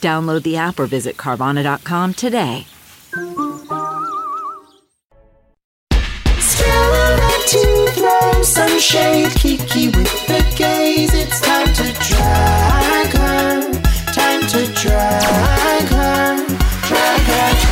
Download the app or visit Carvana.com today. to throw some shade. Kiki with the gaze. It's time to drag her. Time to drag her. Drag her.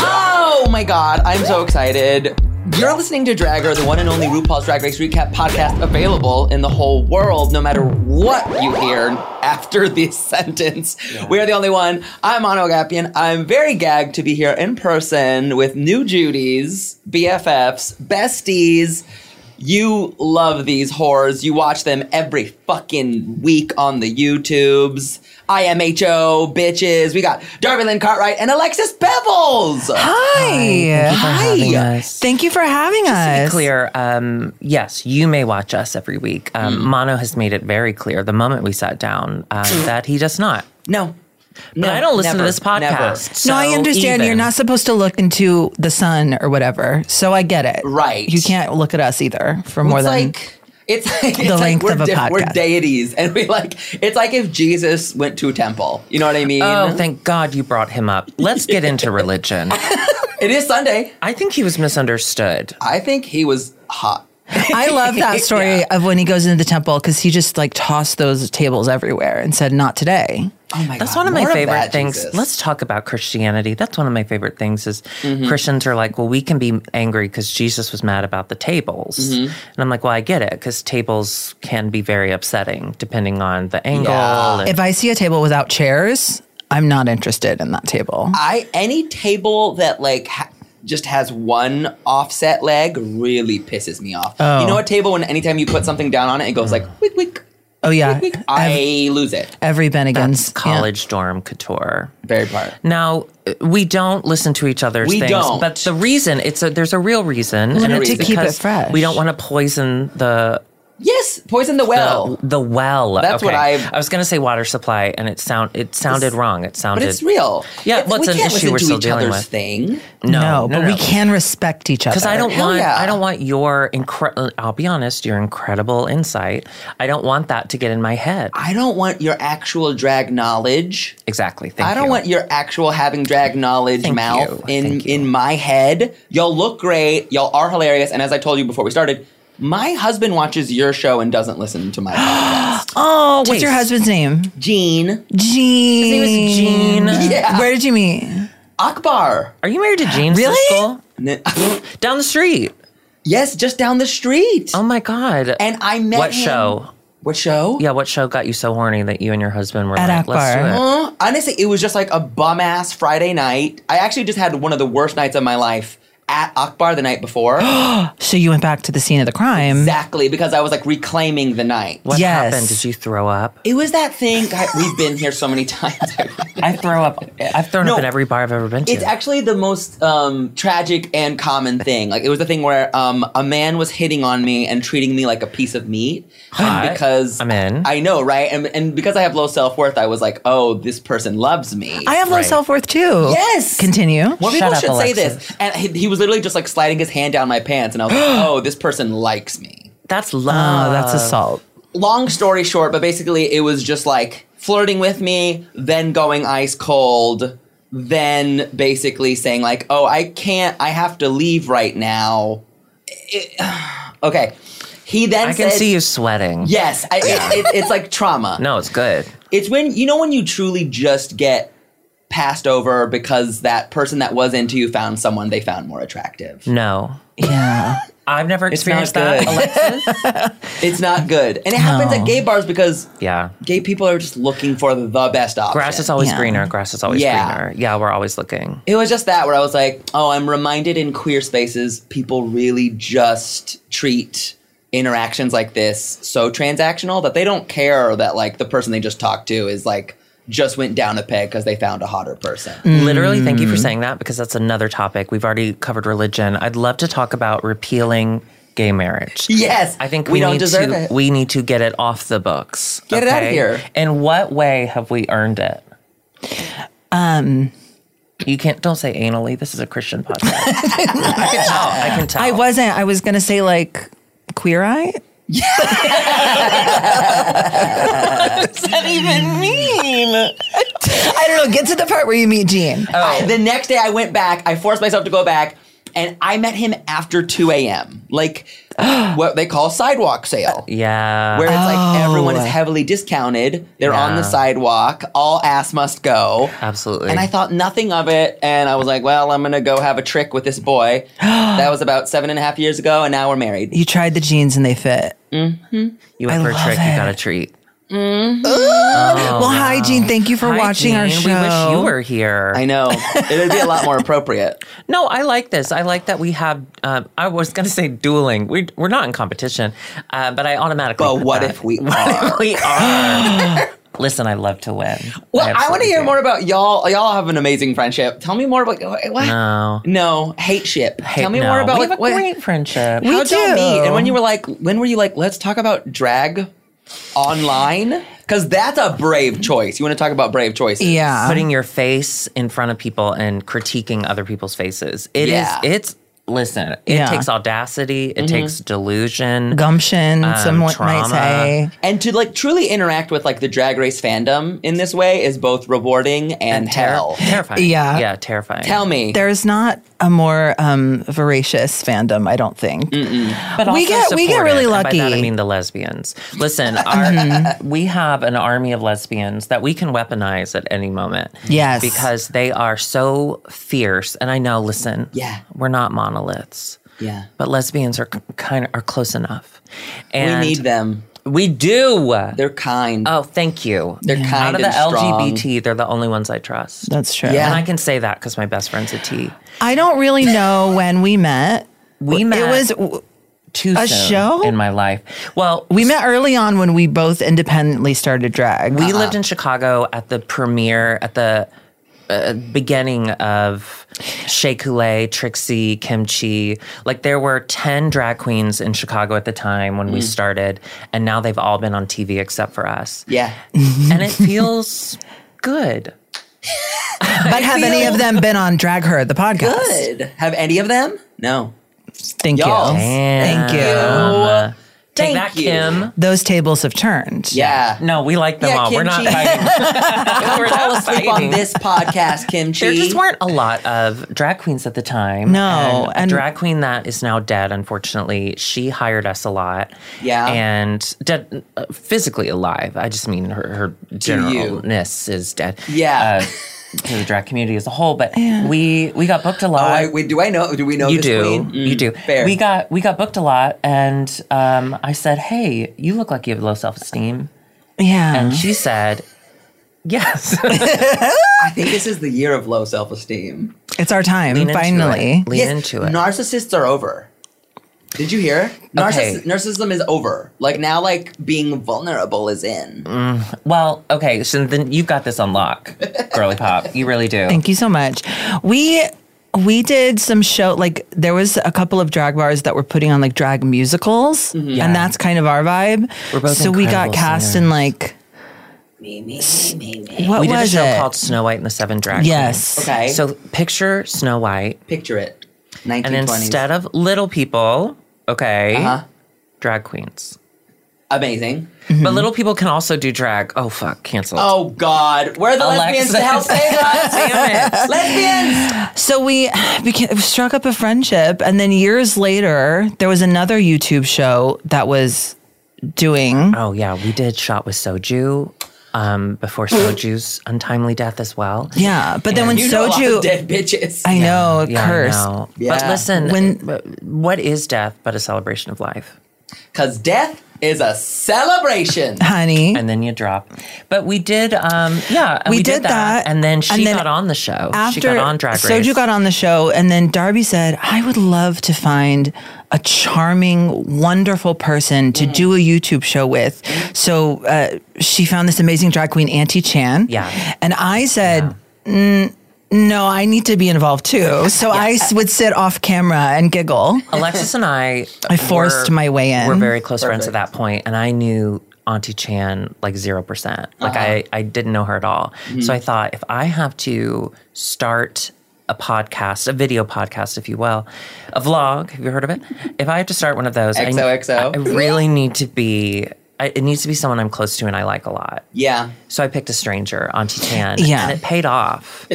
Oh my god, I'm so excited. You're listening to Dragger, the one and only RuPaul's Drag Race recap podcast available in the whole world, no matter what you hear after this sentence. We are the only one. I'm Ano Agapian. I'm very gagged to be here in person with new Judies, BFFs, besties. You love these whores. You watch them every fucking week on the YouTubes. IMHO, bitches. We got Darby Lynn Cartwright and Alexis Pebbles. Hi. Hi. Thank you for having To be us. clear, um, yes, you may watch us every week. Um, Hmm. Mono has made it very clear the moment we sat down um, that he does not. No. But I don't listen to this podcast. No, I so understand. You're even. not supposed to look into the sun or whatever. So I get it. Right. You can't look at us either for more it's than. like it's like, it's like length we're of a diff- We're podcast. deities, and we like it's like if Jesus went to a temple. You know what I mean? Oh, thank God you brought him up. Let's get into religion. it is Sunday. I think he was misunderstood. I think he was hot. I love that story of when he goes into the temple because he just like tossed those tables everywhere and said, not today. Oh my That's God, one of my more favorite that, things. Jesus. Let's talk about Christianity. That's one of my favorite things is Mm-hmm. Christians are like, well, we can be angry because Jesus was mad about the tables, Mm-hmm. and I'm like, well, I get it because tables can be very upsetting depending on the angle. Yeah. and- If I see a table without chairs, I'm not interested in that table. I any table that like ha- just has one offset leg really pisses me off. You Oh. know a table when anytime you put something down on it, it goes like wick wick. Oh, yeah. wick. I've I lose it. every been That's against college dorm couture. Very part. Now we don't listen to each other's We things, don't. but the reason it's a there's a real reason, wanted it's to keep it because fresh. We don't want to poison the Yes, poison the the, well. the well. That's what I- I was going to say water supply, and it sound it sounded wrong. It sounded but it's real. Yeah, It's- what's we an can't listen issue we're to still each dealing other's with? thing. No, No, no, but we can respect each other. Because I don't Hell want, yeah. I don't want your incredible. I'll be honest, your incredible insight. I don't want that to get in my head. I don't want your actual drag knowledge. Exactly. Thank I don't you. want your actual having drag knowledge Thank mouth you. in Thank you. in my head. Y'all look great. Y'all are hilarious. And as I told you before we started, my husband watches your show and doesn't listen to my podcast. Oh, what's your husband's name? Gene Gene. name is Gene. Yeah. Where did you meet? Akbar. Are you married to Gene? Really? Siskel? N- Down the street. yes, just down the street. Oh my god. and I met what him- show? What show? Yeah, what show got you so horny that you and your husband were At like, let's do Akbar. it? Uh, honestly, it was just like a bum ass Friday night. I actually just had one of the worst nights of my life at Akbar the night before. So you went back to the scene of the crime. exactly, because I was like reclaiming the night. What Yes. happened? Did you throw up? It was that thing. God, we've been here so many times. I throw up. I've thrown No. up in every bar I've ever been to. it's actually the most um, tragic and common thing. Like it was the thing where um, a man was hitting on me and treating me like a piece of meat. And Hot. because I'm in. I know, right? And, and because I have low self worth, I was like, oh, this person loves me. I have low Right. self worth too. Yes. Continue. More people Shut up, should say Alexis. this. And he, he was literally just like sliding his hand down my pants, and I was like, oh, this person likes me. that's Oh, love. that's assault. Long story short, but basically, it was just like flirting with me, then going ice cold, then basically saying, like, oh, I can't, I have to leave right now. It- okay. He then I can said- see you sweating. Yes, I, it, it, it's like trauma. No, it's good. It's when you know when you truly just get passed over because that person that was into you found someone they found more attractive. No. Yeah. I've never It's not experienced that. good. Alexis. It's not good, and it happens at gay bars because yeah. gay people are just looking for the best option. Grass is always Yeah. greener. Grass is always Yeah. greener. Yeah, we're always looking. It was just that where I was like, oh, I'm reminded in queer spaces, people really just treat interactions like this so transactional that they don't care that like the person they just talked to is like just went down a peg because they found a hotter person. Mm. Literally, thank Mm. you for saying that because that's another topic. We've already covered religion. I'd love to talk about repealing gay marriage. Yes, I think we we, don't need deserve to it. we need to get it off the books. Get it outta here. In what way have we earned it? Um, You can't don't say anally. This is a Christian podcast. I can tell. I can tell. I wasn't. I was gonna say like queer eye. Yeah. what does that even mean? I don't know. Get to the part where you meet Gene. I- the next day I went back. I forced myself to go back, and I met him after 2 a.m. Like what they call sidewalk sale. Yeah. Where it's like everyone is heavily discounted. They're on the Oh. Yeah. sidewalk. All ass must go. Absolutely. And I thought nothing of it. And I was like, well, I'm going to go have a trick with this boy. that was about seven and a half years ago. And now we're married. You tried the jeans and they fit. you went for a love trick, it. you got a treat. well, hi Gene. Thank you for Oh, Hi, watching our Jean. show. We wish you were here. I know. It would be a lot more appropriate. No, I like this. I like that we have. Um, I was going to say dueling. We we're not in competition, uh, but I automatically. But put what that- if we What are? if we are? Listen, I love to win. Well, I, want to absolutely hear do. more about y'all. Y'all have an amazing friendship. Tell me more about what? No. No, hate ship. Hey, Tell me no. more about we like have a what, great friendship. We how'd y'all do. meet and when you were like when were you like let's talk about drag online because that's a brave choice. You want to talk about brave choices? yeah. putting your face in front of people and critiquing other people's faces. It is. Yeah. Mm-hmm. It's listen. It Yeah. takes audacity. It takes delusion. gumption, Um, someone trauma. might say. And to like truly interact with like the drag race fandom in this way is both rewarding and, Terri- hell. terrifying. Yeah. Yeah. Terrifying. Tell me. There's not a more um, voracious fandom, I don't think. Mm. but We also get- we get supported. really And by that lucky. Mm-hmm. I mean the lesbians. Listen, our, we have an army of lesbians that we can weaponize at any moment. Yes. because they are so fierce. And I know. Listen, Yeah. we're not monoliths. Yeah. But lesbians are kind of are close enough, and we need them. We do. They're kind. Oh, thank you. They're kind Out of the and strong. LGBT, they're the only ones I trust. That's true. Yeah. and I can say that because my best friend's a T. I don't really know when we met. We met. It was w- too a soon show? in my life. Well, we met early on when we both independently started drag. we lived in Chicago at the premiere at the uh, beginning of Shea Coulee, Trixie, Kimchi. Like there were ten drag queens in Chicago at the time when we started, and now they've all been on TV except for us. yeah. and it feels good. but have any of them been on Drag Her, the podcast? Good. Have any of them? No. Thank Y'all. you. Thank you. Um, Thank Take that, you. Kim. Those tables have turned. Yeah. No, we like them Yeah, all. We're not kimchi. fighting. We're Fall not asleep fighting. on this podcast, Kimchi. There just weren't a lot of drag queens at the time. No, and, and- a drag queen that is now dead, unfortunately. She hired us a lot. Yeah. and dead, uh, physically alive. I just mean her her you. generalness is dead. Yeah. uh, to the drag community as a whole. But we we got booked a Oh, lot. I, wait, do I know? Do we know you this do, queen? Mm-hmm. you do. fair. We got we got booked a lot, and um, I said, "Hey, you look like you have low self esteem," Yeah. Mm-hmm. and she said. Yes. I think this is the year of low self esteem. it's our time, Lean into finally. it. Lean into it. Narcissists are over. Did you hear? Narciss- Okay. Narcissism is over. Like now, like being vulnerable is in. Well, okay, so then you've got this on lock, girly pop. You really do. Thank you so much. We we did some show like there was a couple of drag bars that were putting on like drag musicals, and that's kind of our vibe. Mm-hmm. We're both so we got incredible cast in singers. like what we did a was show it? called Snow White and the Seven Dragons. yes, Okay. So picture Snow White, Picture it. and 1920s. instead of little people, okay, Uh-huh. drag queens. Amazing. Mm-hmm. But little people can also do drag. Oh fuck, cancel. Oh God, where are the lesbians to help save us? Damn it. lesbians. So we became, struck up a friendship, and then years later, there was another YouTube show that was doing. Oh yeah, we did shot with soju um, before soju's untimely death as well. Yeah, but then when You know a lot of Soju, dead bitches. I know, Yeah, I cursed. know. Yeah. But listen, When- when what is death but a celebration of life? Cause death is a celebration. honey. and then you drop. But we did, um, yeah, We did that, and then she and then got on the show. she after got on Drag Race. Soju got on the show, and then Darby said, "I would love to find a charming, wonderful person Mm. to do a YouTube show with." So uh, she found this amazing drag queen, Auntie Chan. Yeah. and I said. "Mm, no, I need to be involved too. So I s- would sit off camera and giggle. Alexis and I. I forced were- my way in. We're very close friends at that point, and I knew Auntie Chan like zero percent. Like I, I didn't know her at all. So I thought if I have to start a podcast, a video podcast, if you will, a vlog. Have you heard of it? If I have to start one of those, I- XOXO. I, really need to be. I, it needs to be someone I'm close to and I like a lot. Yeah. So I picked a stranger, Auntie Tan, Yeah. and it paid off.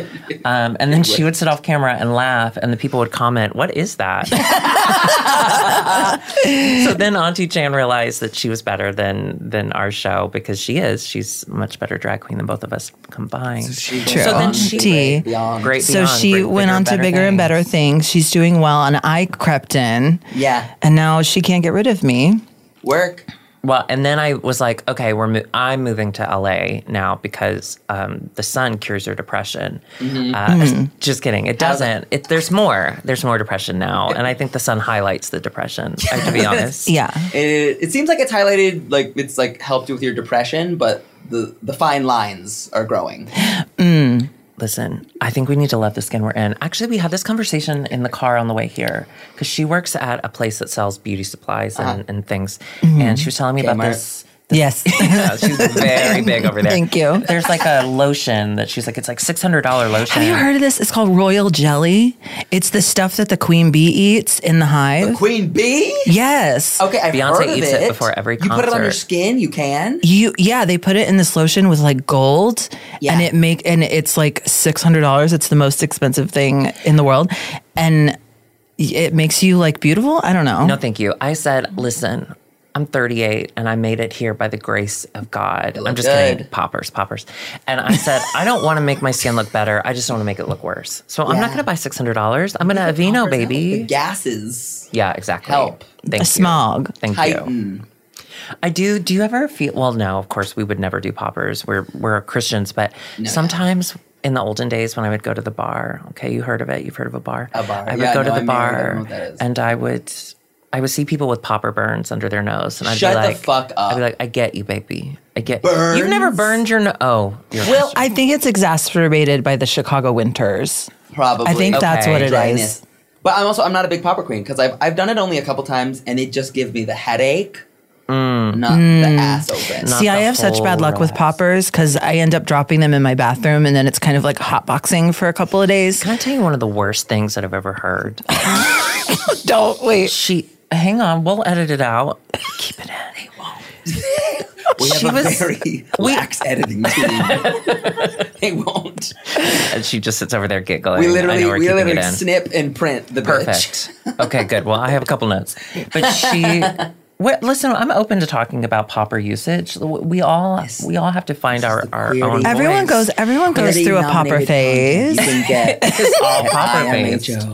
Um, and then she would sit off camera and laugh, and the people would comment, "What is that?" so then Auntie Chan realized that she was better than than our show because she is. She's a much better drag queen than both of us combined. True. So then she- Tea. Beyond. Great. So beyond, she great went on to better bigger and things. better things. She's doing well, and I crept in, Yeah. and now she can't get rid of me. Work. Well, and then I was like, okay, we're mo- I'm moving to LA now because um, the sun cures your depression. Uh, Mm-hmm. Just kidding, it doesn't. It, there's more. There's more depression now, and I think the sun highlights the depression. I have to be honest. Yeah. It, it seems like it's highlighted, like it's like helped you with your depression, but the the fine lines are growing. Listen, I think we need to let the skin we're in. Actually, we had this conversation in the car on the way here because she works at a place that sells beauty supplies and, and things, Mm-hmm. and she was telling me about Kmart. this. Yes. Yeah, she's very big over there. Thank you. There's like a lotion that she's like, it's like six hundred dollar lotion. Have you heard of this? It's called royal jelly. It's the stuff that the queen bee eats in the hive. Queen Bee. yes. Okay, I've Beyonce heard of eats it before every You put it on your concert. skin. You can. You yeah, they put it in this lotion with like gold Yeah. and it make and it's like $600. It's the most expensive thing in the world and it makes you like beautiful. I don't know. No, thank you. I said, listen, I'm 38 and I made it here by the grace of God. I'm just good. kidding. Poppers, poppers. And I said, I don't want to make my skin look better. I just want to make it look worse. So I'm not Yeah. going to buy $600. I'm going to Aveeno, The baby. gases. Yeah, exactly. Help. Thank A you. smog. Thank you. Titan. I do. Do you ever feel? Well, no. Of course, we would never do poppers. We're we're Christians, but sometimes in the olden days when I would go to the bar. Okay, you heard of it. You've heard of a bar. A bar. I would Yeah, go no, to the I'm married. I don't know bar, what that is. and I would. I would see people with popper burns under their nose, and I'd Shut be the like, fuck up. I'd be like, "I get you, baby. I get you've never Burns? burned your nose. Oh, you're Well, I think it's exacerbated by the Chicago winters. Probably. I think that's Okay. what it is. dryness. But I'm also I'm not a big popper queen because I've I've done it only a couple times and it just gives me the headache, Mm. not the Mm. ass open. Not See, I the have such bad whole luck with rest. poppers because I end up dropping them in my bathroom and then it's kind of like hotboxing for a couple of days. Can I tell you one of the worst things that I've ever heard? Don't wait. She, hang on, we'll edit it out. Keep it in. They won't. we have she a was- very lax editing team. they won't. And she just sits over there giggling. We I literally know we're we keeping literally it in. snip and print the bitch. Perfect. Okay, good. Well, I have a couple notes. But she Wait, listen, I'm open to talking about popper usage. We all we all have to find our, our queerty. own Everyone voice. goes everyone goes Pretty through a popper nominated content phase. You can get It's all popper IMHO. based.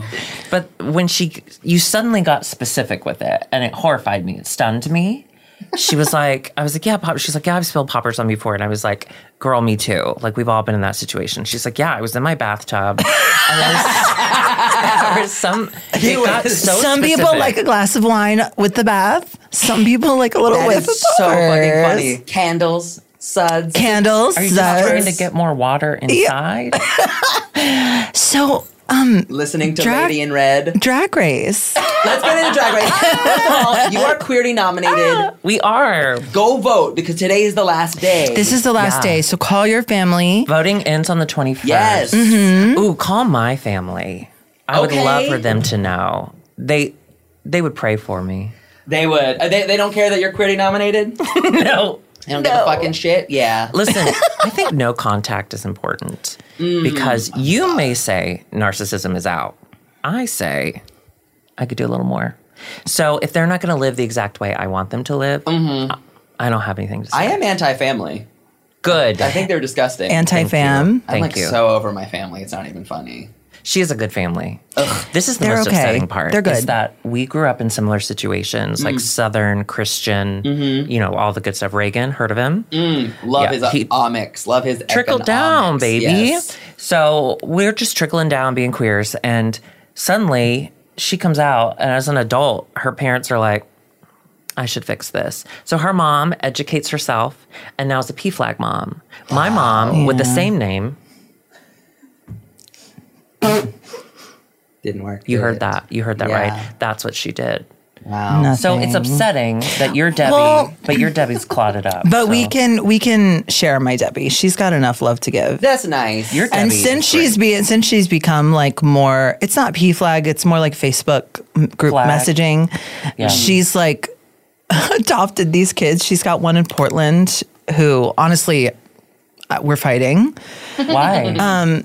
But when she you suddenly got specific with it and it horrified me. It stunned me. She was like, I was like, yeah, pop. She's like, yeah, I've spilled poppers on before. And I was like, girl, me too. Like, we've all been in that situation. She's like, yeah, I was in my bathtub. And there was, there was some, it got so Some people specific. like a glass of wine with the bath. Some people like a little That whiff of is so fucking poppers. funny. Candles, suds. Candles. Are you just trying to suds. get more water inside? so listening to Drag- Lady in Red. drag race. Let's get into Drag Race. First of all, you are queerly nominated. we are. Go vote because today is the last day. This is the last Yeah. day, so call your family. Voting ends on the 21st. yes. Mm-hmm. Ooh, call my family. I Okay. would love for them to know. They they would pray for me. They would. Uh, They, they don't care that you're queerly nominated. They No. don't give a fucking shit. Yeah. Listen, I think no contact is important Mm-hmm. because you may say narcissism is out. I say I could do a little more. So if they're not going to live the exact way I want them to live, I I don't have anything to say. Mm-hmm. I am anti-family. good. I think they're disgusting. Anti fam. I'm Thank like you. so over my family. It's not even funny. She is a good family. This is the They're most okay. upsetting part. They're Is good. Mm. that we grew up in similar situations, like Southern Christian, Mm-hmm. you know, all the good stuff. Reagan, heard of him? Mm. Love Yeah, his he- omics. Love his trickle economics, down, baby. yes. So we're just trickling down being queers. And suddenly she comes out, and as an adult, her parents are like, I should fix this. So her mom educates herself and now is a P flag mom. My mom, with the same name, Didn't work. you did heard it? that. You heard that Yeah. right. That's what she did. Wow. So it's upsetting that you're Debbie, Mm. Well- but your Debbie's clotted up. But we so. can we can share my Debbie. She's got enough love to give. That's nice. You're and Debbie is since great. she's be since she's become like more, it's not P flag. It's more like Facebook m- group Flag. messaging. Yeah. She's like adopted these kids. She's got one in Portland who honestly. uh, We're fighting why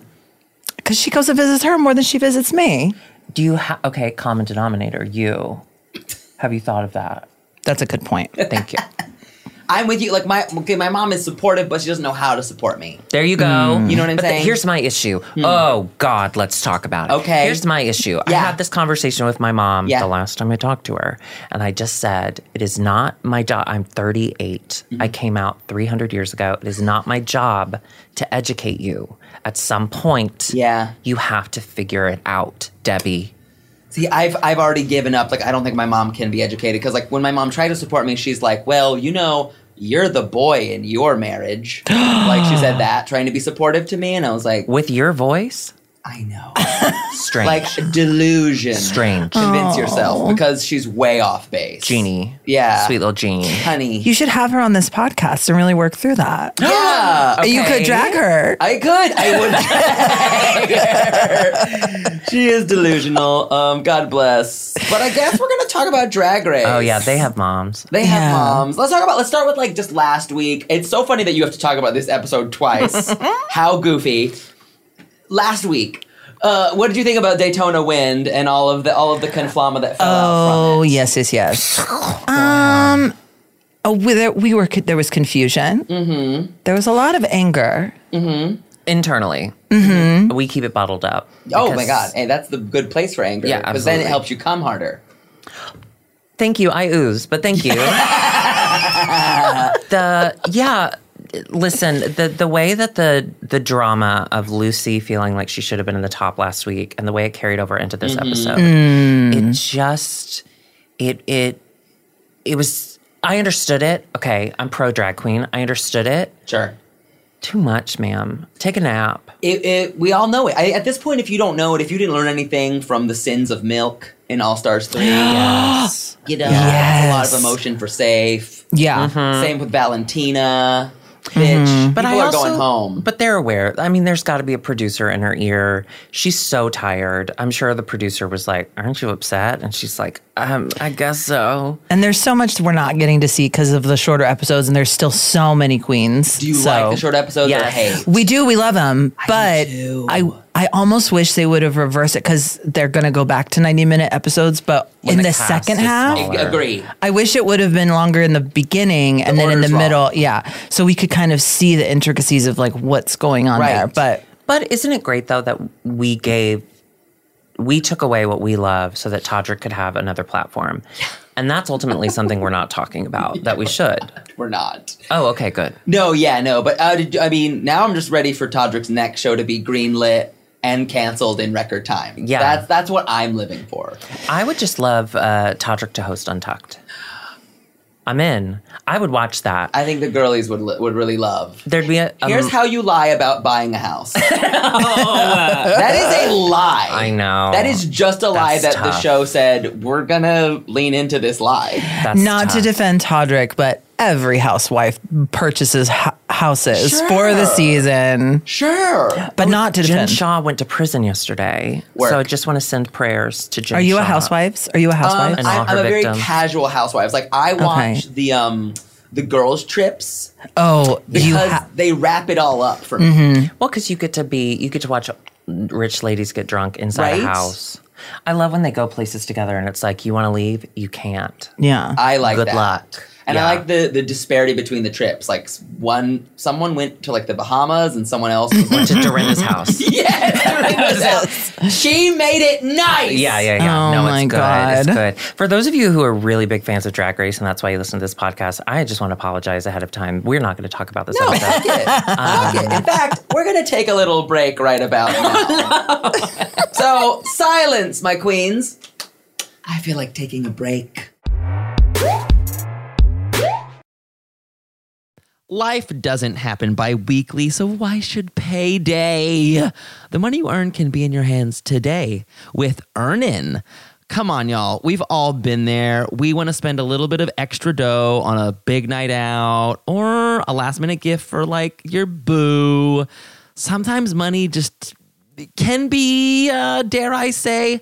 because she goes and visits her more than she visits me. do you have okay common denominator? You have you thought of that? That's a good point. Thank you. I'm with you. Like my okay, my mom is supportive, but she doesn't know how to support me. There you go. You know what I'm Mm. but th- saying? Mm. here's my issue. Oh God, let's talk about it. Okay. Here's my issue. I Yeah. had this conversation with my mom Yeah. the last time I talked to her, and I just said it is not my job. I'm 38. Mm-hmm. I came out 300 years ago. It is not my job to educate you. At some point, Yeah. you have to figure it out, Debbie. See, I've I've already given up. Like I don't think my mom can be educated because like when my mom tried to support me, she's like, "Well, you know, you're the boy in your marriage." like she said that, trying to be supportive to me, and I was like, With your voice, "I know." strange. like delusion. Strange. Convince yourself because she's way off base. Jeannie. Yeah. Sweet little Jeannie. honey. You should have her on this podcast and really work through that. yeah. You could drag her. Oh, I could. I would. drag her. she is delusional. Um, God bless. But I guess we're gonna talk about Drag Race. Oh yeah, they have moms. They have Yeah. moms. Let's talk about. Let's start with like just last week. It's so funny that you have to talk about this episode twice. How goofy. Last week, uh, what did you think about Daytona Wind and all of the all of the conflama that fell out Oh yes, yes, yes. Um, oh, we, there, we were there was confusion. Mm-hmm. There was a lot of anger. internally. We keep it bottled up. from? it? Mm-hmm. Oh my Because- god! Hey, that's the good place for anger. Yeah, because then it absolutely. helps you come harder. Thank you. I ooze, but thank you. the yeah, listen, the the way that the the drama of Lucy feeling like she should have been in the top last week and the way it carried over into this episode. It just it it it was I understood it. Okay, I'm pro drag queen. I understood it. Sure. Too much, ma'am. Take a nap. It, it, we all know it. I, at this point, if you don't know it, if you didn't learn anything from the sins of milk in All Stars Three, Yes. you know, Yes. a lot of emotion for safe. Yeah, Mm-hmm. Same with Valentina. Bitch, But people I are also, going home. But they're aware. I mean, there's got to be a producer in her ear. She's so tired. I'm sure the producer was like, "Aren't you upset?" And she's like, um, "I guess so." and there's so much we're not getting to see because of the shorter episodes, and there's still so many queens. Do you like the short episodes or Yes. hate? We do. We love them, but too. I I almost wish they would have reversed it because they're gonna go back to 90 minute episodes. But in the the, cast second is half, smaller. Agree. I wish it would have been longer in the beginning and then in the order's wrong. middle. Yeah. So we could kind of see the intricacies of like what's going on Right. there. But But isn't it great though that we gave, we took away what we love so that Todrick could have another platform, and that's ultimately something we're not talking about that we should. We're not. Oh, okay, good. No, yeah, no. But uh, did, I mean, now I'm just ready for Todrick's next show to be greenlit and canceled in record time. Yeah. that's that's what I'm living for. I would just love uh, Todrick to host Untucked. I'm in. I would watch that. I think the girlies would li- would really love. There'd be a, a Here's how you lie about buying a house. Oh, that is a lie. I know. That is just a lie that That's the tough. show said we're gonna lean into this lie. That's not to tough. defend Todrick, but every housewife purchases h- houses for the Sure. season, Sure. but not to Jen defend. Shaw went to prison yesterday, Work. so I just want to send prayers to Jen. Are you a Shaw. housewives? Are you a housewife? and all I'm, her I'm a very victims. casual housewives. Like I watch the um the girls trips oh, you because ha- Mm-hmm. they wrap it all up for me. Well, because you get to be, you get to watch rich ladies get drunk inside Right? a house. I love when they go places together, and it's like you want to leave, you can't. yeah. I like Good that. luck. And Yeah. I like the the disparity between the trips. Like s- one, someone went to like the Bahamas, and someone else was like, to Dorinda's house. yes, she made it nice. Yeah, yeah, yeah. Oh no, my it's good. God. It's good. For those of you who are really big fans of Drag Race and that's why you listen to this podcast, I just want to apologize ahead of time. We're not going to talk about this No, episode. fuck it. Fuck it. In fact, we're going to take a little break right about now. so, silence, my queens. I feel like taking a break. Life doesn't happen bi weekly, so why should payday? The money you earn can be in your hands today with Earnin. Come on, y'all. We've all been there. We want to spend a little bit of extra dough on a big night out or a last minute gift for like your boo. Sometimes money just can be, uh, dare I say,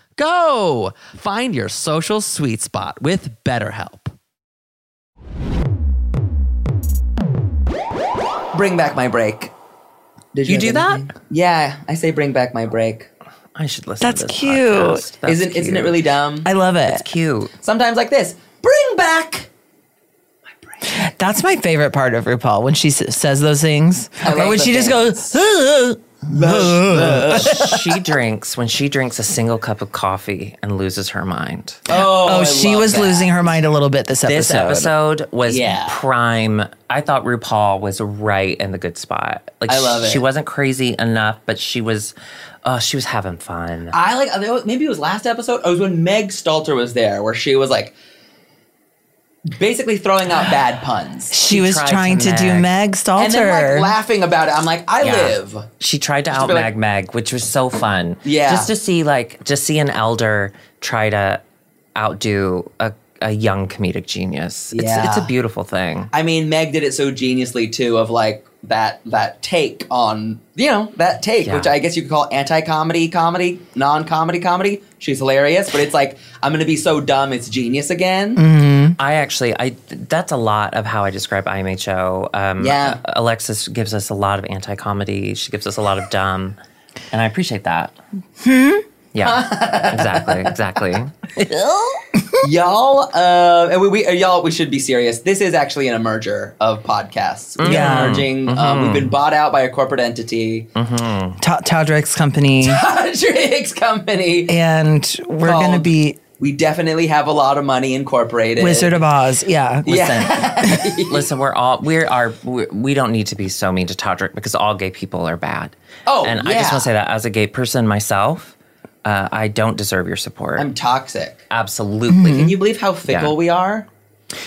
Go! Find your social sweet spot with BetterHelp. Bring back my break. Did You do that? Yeah, I say bring back my break. I should listen That's to this cute. podcast. That's isn't isn't it cute. really dumb? I love it. cute? Sometimes like this. Bring back That's my favorite part of RuPaul when she s- says those things, like or the when she just things. goes. "Ugh." she drinks when she drinks a single cup of coffee and loses her mind. Oh, I she love was that. losing her mind a little bit this episode. this episode was Yeah. prime. I thought RuPaul was right in the good spot. Like I love she it. wasn't crazy enough, but she was. Oh, she was having fun. I like I think- maybe it was last episode. It was when Meg Stalter was there, where she was like basically throwing out bad puns She, She was tried trying to, to do nag. Meg Stalter. and then like laughing about it. I'm like, I Yeah. live. She tried to out be mag like- Meg, which was so fun. Yeah. Just to see like just see an elder try to outdo a, a young comedic genius. Yeah. It's it's a beautiful thing. I mean, Meg did it so geniusly too, of like that that take on you know that take, Yeah. which I guess you could call anti-comedy comedy, non-comedy comedy. She's hilarious, but it's like I'm gonna be so dumb, it's genius again. Mm-hmm. I actually, I that's a lot of how I describe IMHO. Um, Yeah. Alexis gives Hmm? us a lot of anti comedy. She gives us a lot of dumb, and I appreciate that. Yeah, exactly, exactly. y'all uh and we, we uh, y'all we should be serious this is actually in a merger of podcasts we Yeah. Mm-hmm. are merging um, we've been bought out by a corporate entity Ta- Taldrick's company, Drinks company and we're going to Called be we definitely have a lot of money incorporated Wizard of Oz. Yeah. yeah Listen, we're all we are we we don't need to be so mean to Todrick because all gay people are bad. Oh, and I just yeah. want to say that as a gay person myself, uh, I don't deserve your support. i'm toxic Absolutely. can you believe how fickle Yeah. we are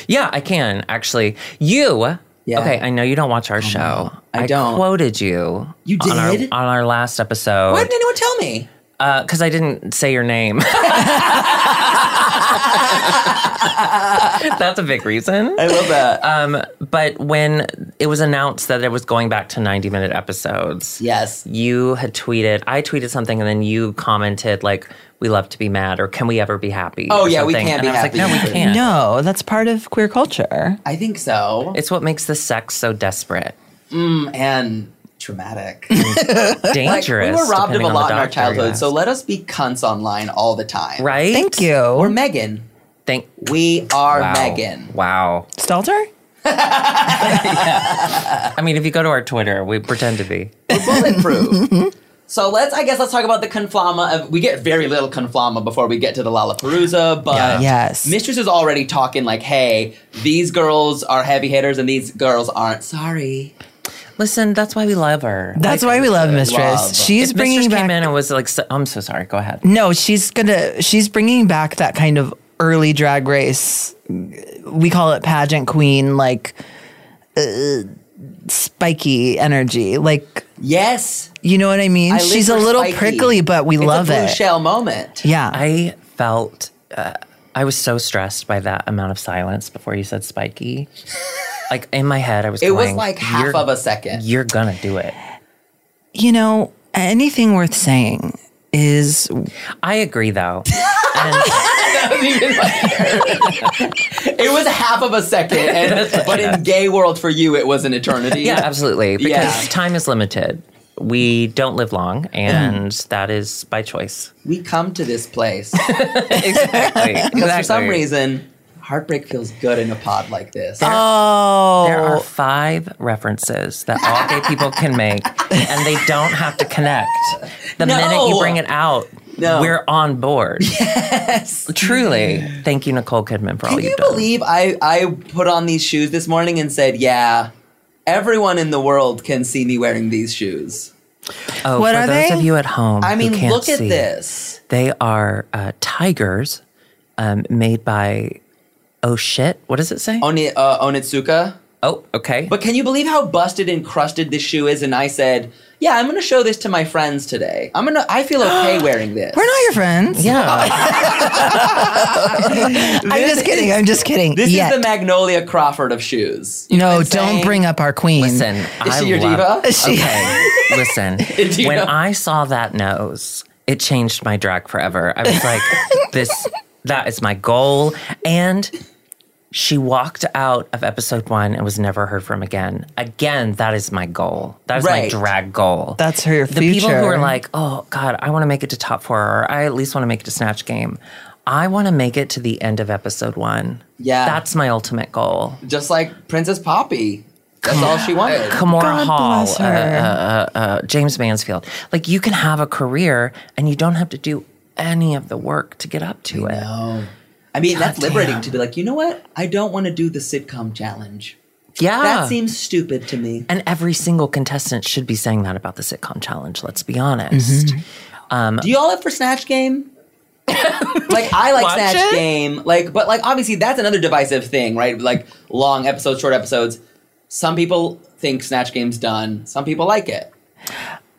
Yeah, I can actually. You. Yeah. Okay, I know you don't watch our show. I don't. quoted you. You on our, did? on our last episode. why didn't anyone tell me Because I didn't say your name. That's a big reason. i love that But when it was announced that it was going back to 90 minute episodes, yes you had tweeted, I tweeted something, and then you commented, like, we love to be mad, or can we ever be happy? Oh, or yeah, we something. can't and be I was happy. like, no, we can't. No, that's part of queer culture. i think so It's what makes the sex so desperate. and traumatic like, we dangerous. were robbed of a depending on the lot in our doctor you childhood so ask. let us be cunts online all the time right? Thank you. we're megan Thank we are wow. megan Wow. Stalter? I mean, if you go to our Twitter, we pretend to be. bulletproof. so let's, I guess, let's talk about the conflama. Of, we get very little conflama before we get to the Lollapalooza, but Yeah. Yes. Mistress is already talking like, "Hey, these girls are heavy hitters, and these girls aren't." Sorry, Listen, that's why we love her. That's why we love Mistress. love. She's If bringing Mistress back came in and was like, so, "I'm so sorry. Go ahead." No, she's gonna. She's bringing back that kind of early drag race. We call it pageant queen, like uh, spiky energy. Like yes, you know what I mean? I live she's a for little spiky. prickly, but we It's love a blue it. Shell moment. Yeah, I felt uh, I was so stressed by that amount of silence before you said spiky. like in my head, I was. It was going, like half "You're- of a second. You're gonna do it. you know anything worth saying is I agree, though. And It was half of a second, and, but in gay world for you, it was an eternity. yeah, absolutely. Because Yeah. Mm-hmm. time is limited. We don't live long, and that is by choice. we come to this place exactly. because for some Exactly. reason, heartbreak feels good in a pod like this. oh There are five references that all gay people can make, and they don't have to connect. The No. minute you bring it out, No. we're on board. Yes. Truly. Thank you, Nicole Kidman, for all Can you you've done. believe I, I put on these shoes this morning and said, yeah, everyone in the world can see me wearing these shoes. oh, What for are those they? of you at home, I mean, who can't look at see, this. They are uh, tigers um, made by, oh shit, what does it say? Oni, uh, Onitsuka. Oh, okay. But can you believe how busted and crusted this shoe is? And I said, yeah, I'm going to show this to my friends today. I'm going to, I feel okay wearing this. we're not your friends. yeah. I'm just kidding. I'm just kidding. This Yet. is the Magnolia Crawford of shoes. You know no, what don't I'm saying? bring up our queen. Listen, Is I she your love, diva? She- Okay, listen. Do you when know- I saw that nose, it changed my drag forever. I was like, this, that is my goal. And she walked out of episode one and was never heard from again. Again, that is my goal. That is Right. my drag goal. That's her The people who future. are like, oh, God, I want to make it to top four, or I at least want to make it to Snatch Game. I want to make it to the end of episode one. Yeah. That's my ultimate goal. Just like Princess Poppy. That's all she wanted. Kamora God Hall, bless uh, her. uh, uh, uh, James Mansfield. Like you can have a career and you don't have to do any of the work to get up to it. I mean, that's liberating to be like, you know what? I don't want to do the sitcom challenge. Ah. Yeah. That seems stupid to me. and every single contestant should be saying that about the sitcom challenge, let's be honest. Do y'all up for Snatch Game? like I like Watch Snatch it? Game. Like, but like obviously that's another divisive thing, right? Like long episodes, short episodes. Some people think Snatch Game's done. Some people like it.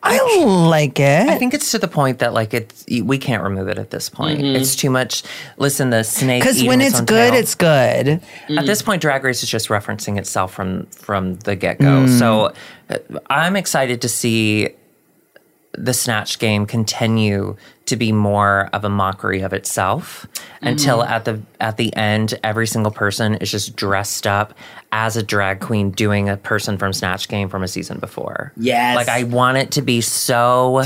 I like it. I think it's to the point that like it's we can't remove it at this point. It's too much. Listen, the snake Because eating when it's own good, tail. it's good. Mm. At this point, Drag Race is just referencing itself from from the get go. Mm. So uh, I'm excited to see the Snatch game continue to be more of a mockery of itself until Mm-hmm. at the at the end, every single person is just dressed up as a drag queen doing a person from Snatch game from a season before. Yes. like I want it to be so.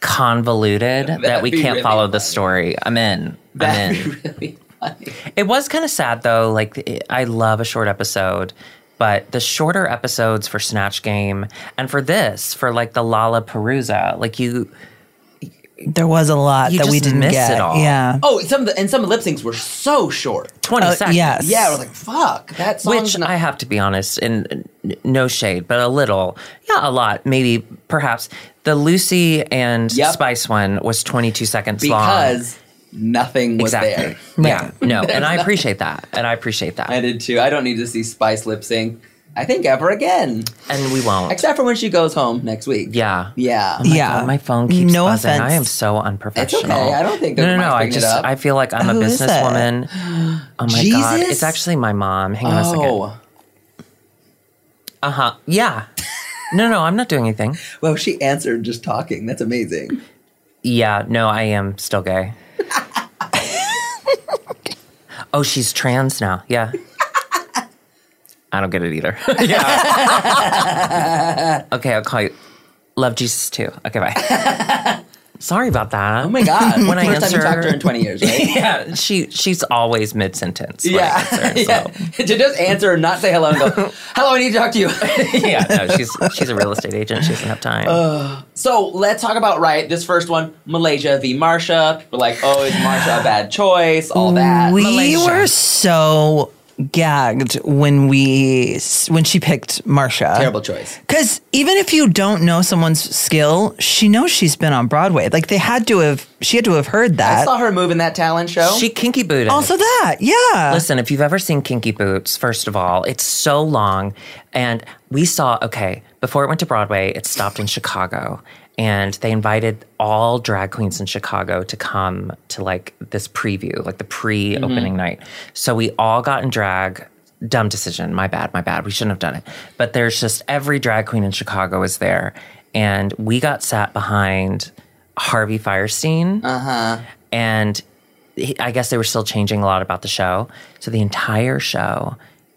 convoluted that we be can't really follow the funny. story. I'm in. I'm That'd in. be really funny. It was kind of sad though. Like it, I love a short episode, but the shorter episodes for Snatch Game and for this, for like the Lala Perusa, like you, There was a lot You that we just didn't miss get. it all. Yeah. Oh, some of the and some of the lip syncs were so short. twenty Uh, seconds. yes. Yeah, we're like, fuck, that song's Which not- I have to be honest, and n- no shade, but a little, yeah, a lot, maybe, perhaps. The Lucy and Yep. Spice one was 22 seconds long. because nothing was Exactly. there. Yeah. No, and I appreciate that. And I appreciate that. I did too. I don't need to see Spice lip sync. I think ever again, and we won't. except for when she goes home next week. yeah. "Oh, yeah. yeah. God, my phone keeps No buzzing. I offense. am so unprofessional. I don't think no, they're no, no. I picking it just up. I feel like I'm a Who is that? businesswoman. Oh my god, Jesus? it's actually my mom. Hang on a second. Oh, Uh huh. Yeah. no, no, I'm not doing anything. well, she answered just talking. That's amazing. Yeah. No, I am still gay. oh, she's trans now. Yeah. I don't get it either. yeah. okay, I'll call you. Love Jesus too. Okay, bye. Sorry about that. Oh my god! When I First time you answer- talked to her in twenty years, right? Yeah, Uh, she she's always mid sentence. yeah, yeah. to just answer and not say hello and go, "Hello, I need to talk to you." yeah. No, she's she's a real estate agent. She doesn't have time. so let's talk about right this first one, Malaysia v. Marsha. People are like, "Oh, is Marsha a bad choice?" All that. we Malaysia. were so gagged when we when she picked Marsha. Terrible choice. Because even if you don't know someone's skill, she knows she's been on Broadway. Like they had to have, she had to have heard I that. saw her move in that talent show. she kinky booted. Also that, yeah. Listen, if you've ever seen Kinky Boots, first of all, it's so long. And we saw, okay, before it went to Broadway, it stopped in Chicago. And they invited all drag queens in Chicago to come to like this preview, like the pre opening night. So we all got in drag. Dumb decision. My bad, my bad. We shouldn't have done it. But there's just every drag queen in Chicago is there. And we got sat behind Harvey Firestein and he, I guess they were still changing a lot about the show. So the entire show,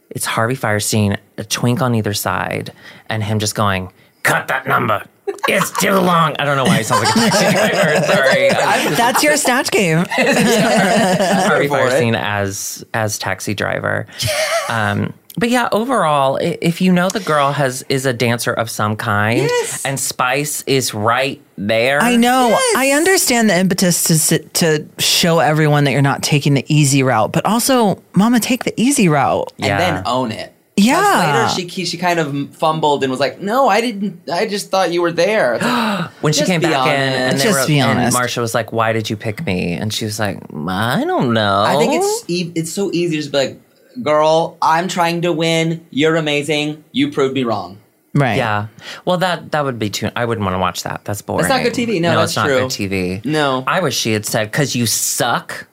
it's Harvey Firestein, a twink on either side, and him just going, "Cut that number, it's too long." I don't know why he sounds like a twink. Sorry, I'm That's your snatch game. Harvey for it. Firestein as as taxi driver. Um, but yeah, overall, i- if you know the girl has is a dancer of some kind, and Spice is right there. I know. I understand the impetus to sit, to show everyone that you're not taking the easy route, but also, Mama, take the easy route. and Yeah. then own it. 'Cause Yeah. Later, she she kind of fumbled and was like, "No, I didn't. I just thought you were there." It's like, when she Just came be back in and honest. they Just wrote, be and honest. Marsha was like, "Why did you pick me?" And she was like, "I don't know." I think it's e- it's so easy to just be like, "Girl, I'm trying to win. You're amazing. You proved me wrong." Right. yeah. Well, that that would be too. I wouldn't want to watch that. That's boring. That's not good TV. No, it's that's not true. good TV. No. I wish she had said because you suck,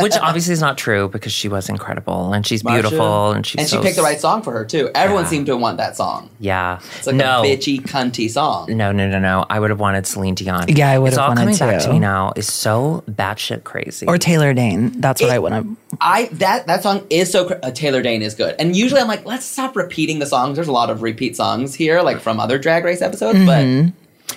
which obviously is not true because she was incredible and she's Marsha. beautiful and she's and so she picked the s- right song for her too. Everyone Yeah. seemed to want that song. Yeah, It's like no. Mm. a bitchy, cunty song. No, no, no, no. I would have wanted Celine Dion. Yeah, I would It's have all wanted coming back to to. me now. Is so batshit crazy. Or Taylor Dane. That's what I want to. I that that song is so cr- uh, Taylor Dane is good. And usually I'm like, let's stop repeating the songs. There's a lot of repeat songs here, like from other Drag Race episodes. Mm-hmm.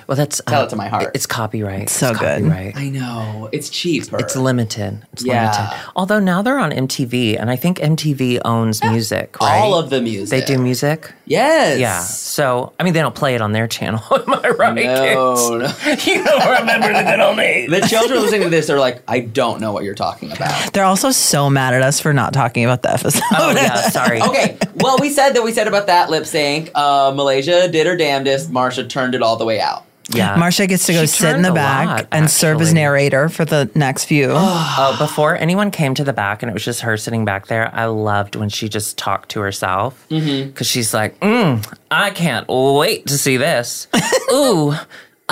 well, that's uh, Tell It to My Heart. It's copyright. So it's good. Copyright. But I know it's cheaper. It's limited. It's Yeah. limited. Although now they're on MTV, and I think MTV owns music, right? all of the music. They do music? Yes. Yeah. So, I mean, they don't play it on their channel. Am I right? No, no. kids? you don't remember the good old days. The children listening to this are like, I don't know what you're talking about. They're also so mad at us for not talking about the episode. Oh, yeah. Sorry. Okay, well, we said that we said about that lip sync. Uh, Malaysia did her damnedest. Marsha turned it all the way out. Yeah. Marsha gets to go She sit in turned the a back lot, and serve as actually. narrator for the next few. Uh, before anyone came to the back and it was just her sitting back there, I loved when she just talked to herself because Mm-hmm. she's like, mm, I can't wait to see this. Ooh.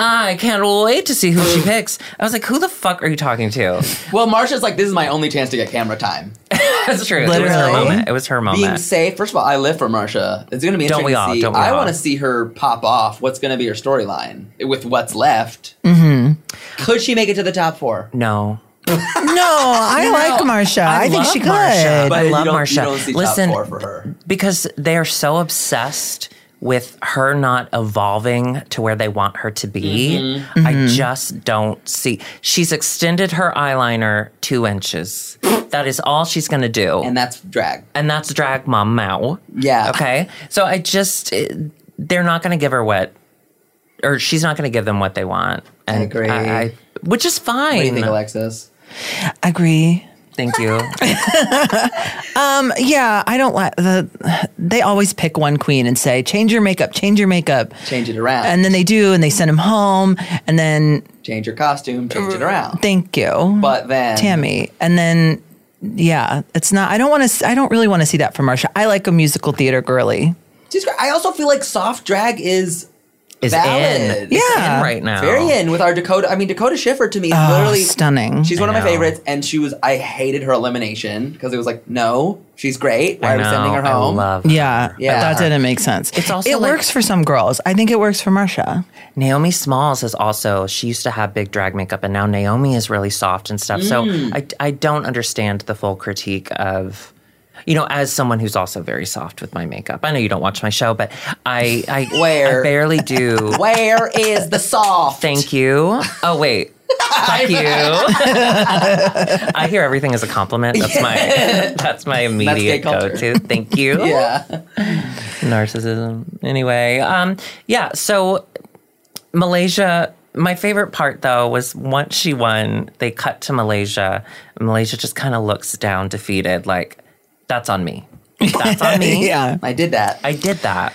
I can't wait to see who she picks. I was like, who the fuck are you talking to? Well, Marsha's like, this is my only chance to get camera time. That's true. It was her Literally. moment. It was her Being moment. safe. First of all, I live for Marsha. It's going to be Don't interesting we all, to see. don't we I all. want to see her pop off. What's going to be her storyline with what's left? Mm-hmm. Could she make it to the top four? No. No, I like Marsha. I, think love she could. Marsha, but- I you love don't- Marsha. You don't see Listen, top four for her. Because they are so obsessed with her not evolving to where they want her to be, Mm-hmm. I just don't see. She's extended her eyeliner two inches. that is all she's going to do. and And, that's drag. that's drag mom Mao. Yeah. Okay. So I just, it- they're not going to give her what, or she's not going to give them what they want. And agree. which is fine. What do you think, Alexis? Agree. Thank you. Yeah, I don't like the. They always pick one queen and say, "Change your makeup, change your makeup," Change it around. and then they do, and they send him home, and then change your costume. Change it around. thank you, but then Tammy, and then yeah, it's not. I don't want to. I don't really want to see that from Marsha. I like a musical theater girly. She's great. I also feel like soft drag is Is Valid. in. It's Yeah. in right now. very in with our Dakota. I mean, Dakota Schiffer to me is Oh, literally stunning. She's one I of my know. favorites, and she was. I hated her elimination because it was like, no, she's great. Why I are we sending her know. home? I love Yeah, Yeah. that didn't make sense. It's also it like- works for some girls. I think it works for Marsha. Naomi Smalls is also she used to have big drag makeup and now Naomi is really soft and stuff. Mm. So I I don't understand the full critique of you know, as someone who's also very soft with my makeup. I know you don't watch my show, but I I, Where? I barely do. Where is the soft? Thank you. Oh wait. Fuck you. I hear everything as a compliment. That's my that's my immediate culture. go to. Thank you. Yeah, narcissism. Anyway, um, yeah. So Malaysia. My favorite part though was once she won, they cut to Malaysia. Malaysia just kind of looks down, defeated, like that's on me. That's on me. Yeah, I did that. I did that.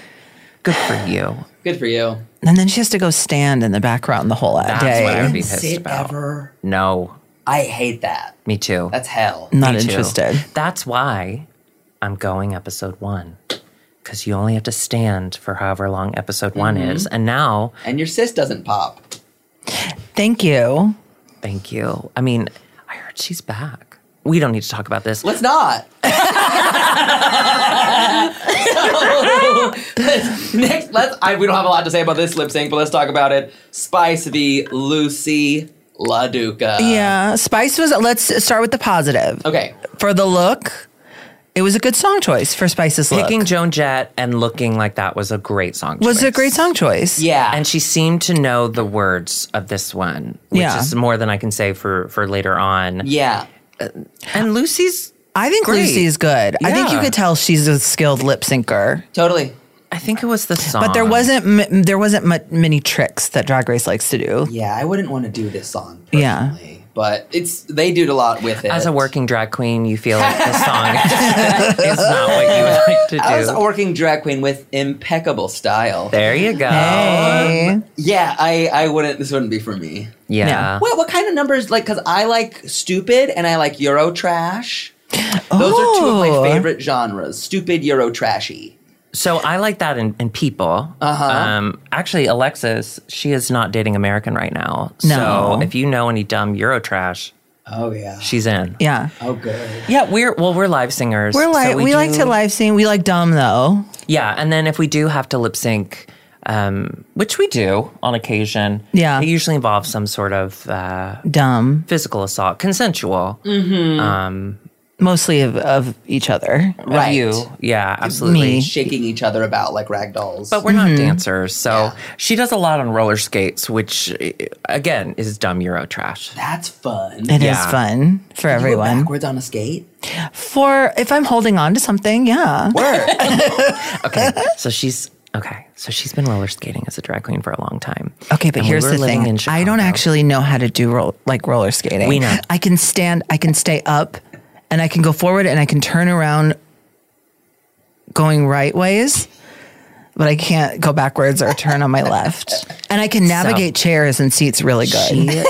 Good for you. Good for you. and then she has to go stand in the background the whole That's day. what I would be pissed Sit about. ever. No, I hate that. me too. That's hell. Not Me too. interested. That's why I'm going episode one. Because you only have to stand for however long episode one is. And now And your sis doesn't pop. Thank you. Thank you. I mean, I heard she's back. We don't need to talk about this. Let's not. So, let's- next, let's. I, we don't have a lot to say about this lip sync, but let's talk about it. Spice v. Lucy LaDuca. Yeah, Uh, Spice was. Let's start with the positive. Okay. For the look, it was a good song choice for Spice's look. Picking Joan Jett and looking like that was a great song. was choice. a great song choice. Yeah. And she seemed to know the words of this one, which Yeah. is more than I can say for for later on. yeah. And Lucy's, I think Great. Lucy is good. I think you Yeah. could tell she's a skilled lip syncer, Totally. I think it was the song, but there wasn't m- there wasn't mu many tricks that Drag Race likes to do. Yeah, I wouldn't want to do this song. Yeah. Personally, But it's they do a lot with it. As a working drag queen, you feel like this song is not what you would like to do. As a working drag queen with impeccable style. there you go. Hey. Yeah, I, I wouldn't. This wouldn't be for me. Yeah. What what kind of numbers? Like, because I like stupid and I like Euro trash. Those are two of Oh. my favorite genres: stupid, Euro trashy. So I like that in, in people. Uh-huh. Um, actually, Alexis, she is not dating American right now. No. So if you know any dumb Eurotrash, Oh yeah. she's in. Yeah. Oh good. Yeah, we're well, we're live singers. We're so like we, like do- to live sing. We like dumb though. Yeah, and then if we do have to lip sync, um, which we do on occasion, Yeah. it usually involves some sort of uh, Dumb. physical assault, consensual. Mostly of, of each other. of Right. You, yeah, absolutely. Mm-hmm. Me. Mm-hmm. Shaking each other about like rag dolls. But we're not dancers, so she does a lot on roller skates, which eh, again is dumb Euro trash. that's fun. It is Yeah. fun for We're everyone. backwards on a skate. For if I'm holding on to something, yeah. Word. Okay, so she's okay. So she's been roller skating as a drag queen for a long time. Okay, but And we here's were the living thing. in I don't Chicago. actually know how to do roll, like roller skating. We know. I can stand, I can stay up, and I can go forward and I can turn around going right ways, but I can't go backwards or turn on my left. And I can navigate chairs and seats really good. She-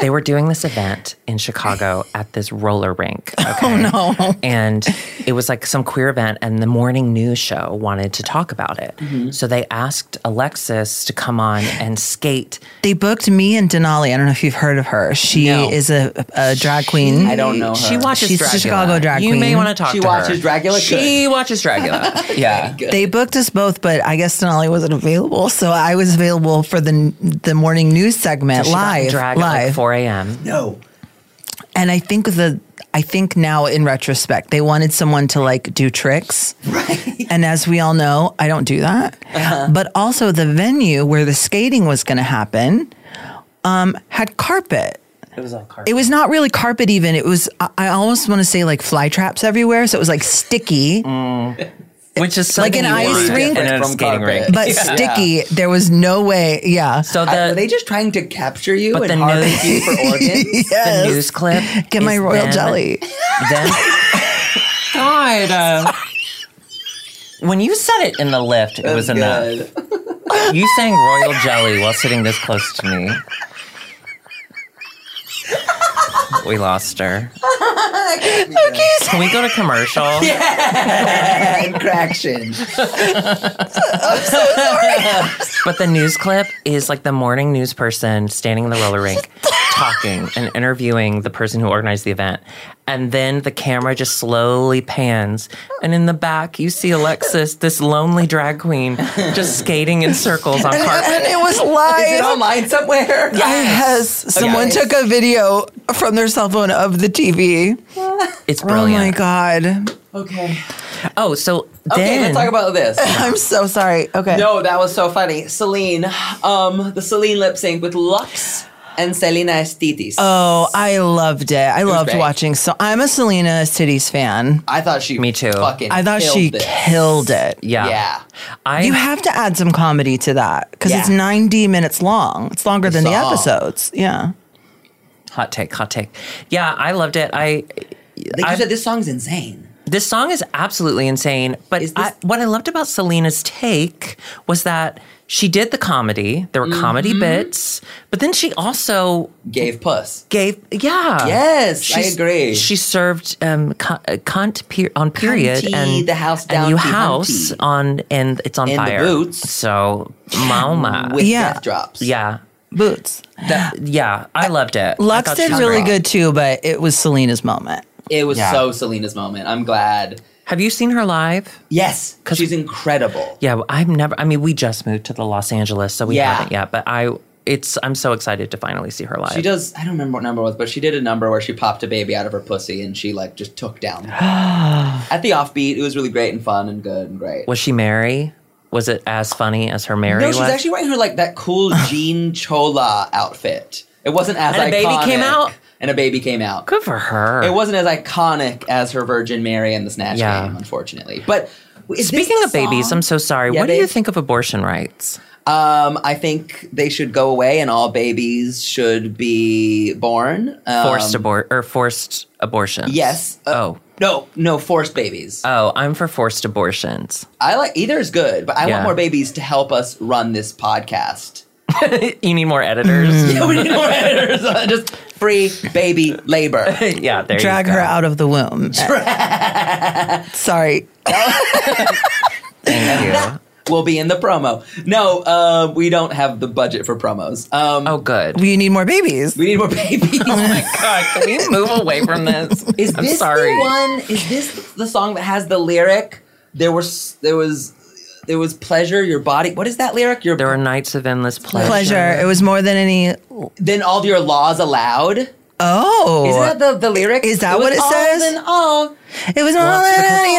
they were doing this event in Chicago at this roller rink. Oh no! And it was like some queer event, and the morning news show wanted to talk about it. So they asked Alexis to come on and skate. they booked me and Denali. I don't know if you've heard of her. She No. is a, a drag queen. I don't know her. She watches She's a Dragula. Chicago drag you may queen. want to talk She to watches her. Dragula? She watches Dragula. yeah. They booked us both, but I guess Denali wasn't available, so I was available for the the morning news segment She got in live, drag at like live. 4 a.m. No. and I think the I think now in retrospect, they wanted someone to like do tricks. Right. And as we all know, I don't do that. Uh-huh. But also the venue where the skating was going to happen um, had carpet. It was all carpet. It was not really carpet even. It was I, I almost want to say like fly traps everywhere, so it was like sticky. Mm. which is like something an you ice want rink in a from skating carpet. rink. But sticky, there was no way. Yeah. So the I, were they just trying to capture you But and the harvest you news- for organs? the news clip. Get my is royal them- jelly. Them, God. uh, when you said it in the lift, it was enough. Good. You sang royal jelly while sitting this close to me. We lost her. Can we go to commercial? Contraction. But the news clip is like the morning news person standing in the roller rink talking and interviewing the person who organized the event. And then the camera just slowly pans. And in the back, you see Alexis, this lonely drag queen, just skating in circles on carpet. And it was live. Is it online somewhere? Yes. Someone Okay. took a video from their cell phone of the TV. It's Oh my brilliant. God. Okay. Oh, so then. Okay, let's talk about this. I'm so sorry. Okay. No, that was so funny. Celine, um, the Celine lip sync with Lux and Selena Estitis. Uh, Oh, I loved it. I loved great. watching. So I'm a Selena Cities fan. I thought she. Me too. Fucking I thought killed she this. killed it. yeah. Yeah. I, You have to add some comedy to that because it's Yeah. 90 minutes long. It's longer than the long. episodes. Yeah. hot take, hot take. Yeah, I loved it. I Like you I- said, this song's insane. this song is absolutely insane. But Is this- I, what I loved about Selena's take was that she did the comedy. There were comedy Mm-hmm. bits, but then she also Gave puss. gave yeah. Yes, I agree. She served um, cu- uh, cunt per- on period Cunty, and the house and down you to house hunty. on and it's on In the fire. boots. So mama, With Yeah. death drops. yeah, Boots. yeah. I loved it. I Lux thought did she was really great. good too, but it was Selena's moment. It was Yeah. so Selena's moment. I'm glad. Have you seen her live? Yes. She's incredible. Yeah, well, I've never. I mean, we just moved to the Los Angeles, so we Yeah. haven't yet. But I, it's. I'm so excited to finally see her live. She does. I don't remember what number it was, but she did a number where she popped a baby out of her pussy and she like just took down. At the offbeat, it was really great and fun and good and great. Was she Mary? Was it as funny as her Mary? no, she's was? actually wearing her like that cool jean chola outfit. It wasn't as And a baby iconic- came out? and a baby came out. good for her. It wasn't as iconic as her Virgin Mary and the Snatch Yeah. Game, unfortunately. But is this Speaking the of babies, song? I'm so sorry. Yeah, what do you babe. think of abortion rights? Um, I think they should go away, and all babies should be born um, Forced abort or forced abortions? Yes. Uh, oh. No, no, forced babies. Oh, I'm for forced abortions. I like either is good, but I Yeah. want more babies to help us run this podcast. you need more editors. Yeah, we need more editors. uh, Just free baby labor. yeah, there Drag you go. her out of the womb. sorry. Thank you. We'll be in the promo. No, uh, we don't have the budget for promos. Um, Oh, good. You need more babies. We need more babies. God, can we move away from this? is Oh I'm this sorry. the one? Is this the song that has the lyric? There was there was there was pleasure. Your body. What is that lyric? Your There were nights of endless pleasure. pleasure. It was more than any. then all your laws allowed. Oh, Isn't that the, the lyric? Is that was what it all says? in all. it was more than any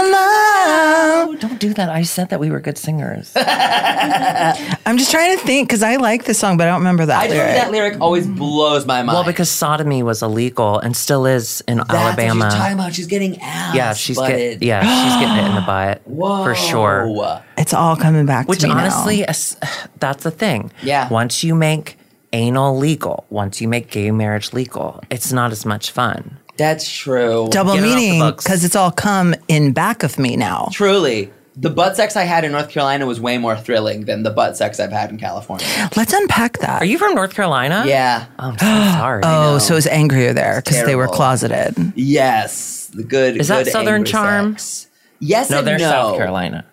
love, love. Don't do that. I said that we were good singers. I'm just trying to think because I like this song, but I don't remember that I just lyric. that lyric always blows my mind. well, because sodomy was illegal and still is in That's Alabama. What she's talking about. She's getting ass. yeah, she's butted. get, yeah, she's getting it in the butt for sure. Whoa. it's all coming back. Which to me now. honestly, as- that's the thing. Yeah. Once you make anal legal, once you make gay marriage legal, it's not as much fun. That's true. double get it off the meaning books. because it's all come in back of me now. Truly. The butt sex I had in North Carolina was way more thrilling than the butt sex I've had in California. Let's unpack that. Are you from North Carolina? Yeah. Oh, I'm so sorry. oh, so it was angrier there because they were terrible. closeted. Yes. The good. Is that good Southern angry charm? sex. Yes no, and they're no. South Carolina.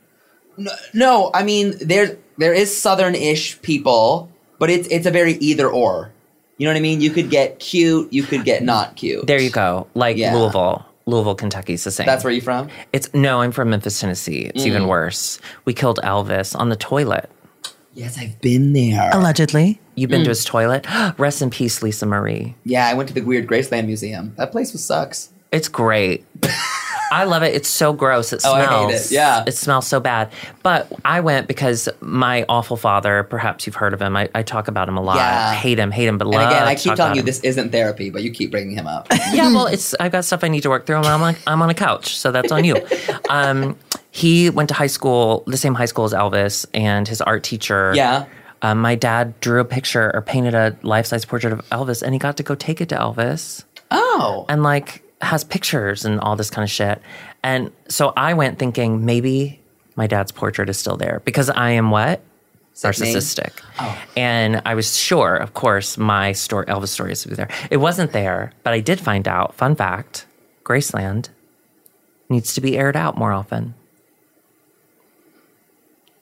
No, I mean there there is Southern-ish people, but it's it's a very either or. You know what I mean? You could get cute. You could get not cute. There you go. Like Yeah. Louisville. Louisville, Kentucky's the same. That's where you from? It's no, I'm from Memphis, Tennessee. It's even worse. We killed Elvis on the toilet. Yes, I've been there. Allegedly. You've Mm. been to his toilet. Rest in peace, Lisa Marie. Yeah, I went to the weird Graceland Museum. That place was sucks. It's great. I love it. It's so gross. It Oh, I smells. hate it. Yeah. It smells so bad. But I went because my awful father, perhaps you've heard of him. I, I talk about him a lot. Yeah. Hate him, hate him, but And love again, to I keep talk telling about you him. this isn't therapy, but you keep bringing him up. yeah, well, it's I've got stuff I need to work through, and I'm like I'm on a couch, so that's on you. Um, he went to high school, the same high school as Elvis, and his art teacher. Yeah. um, my dad drew a picture or painted a life size portrait of Elvis, and he got to go take it to Elvis, oh. and like has pictures and all this kind of shit. And so I went thinking maybe my dad's portrait is still there because I am what Sickening. narcissistic. And I was sure, of course, my story, Elvis story is there. It wasn't there, but I did find out. Fun fact Graceland needs to be aired out more often.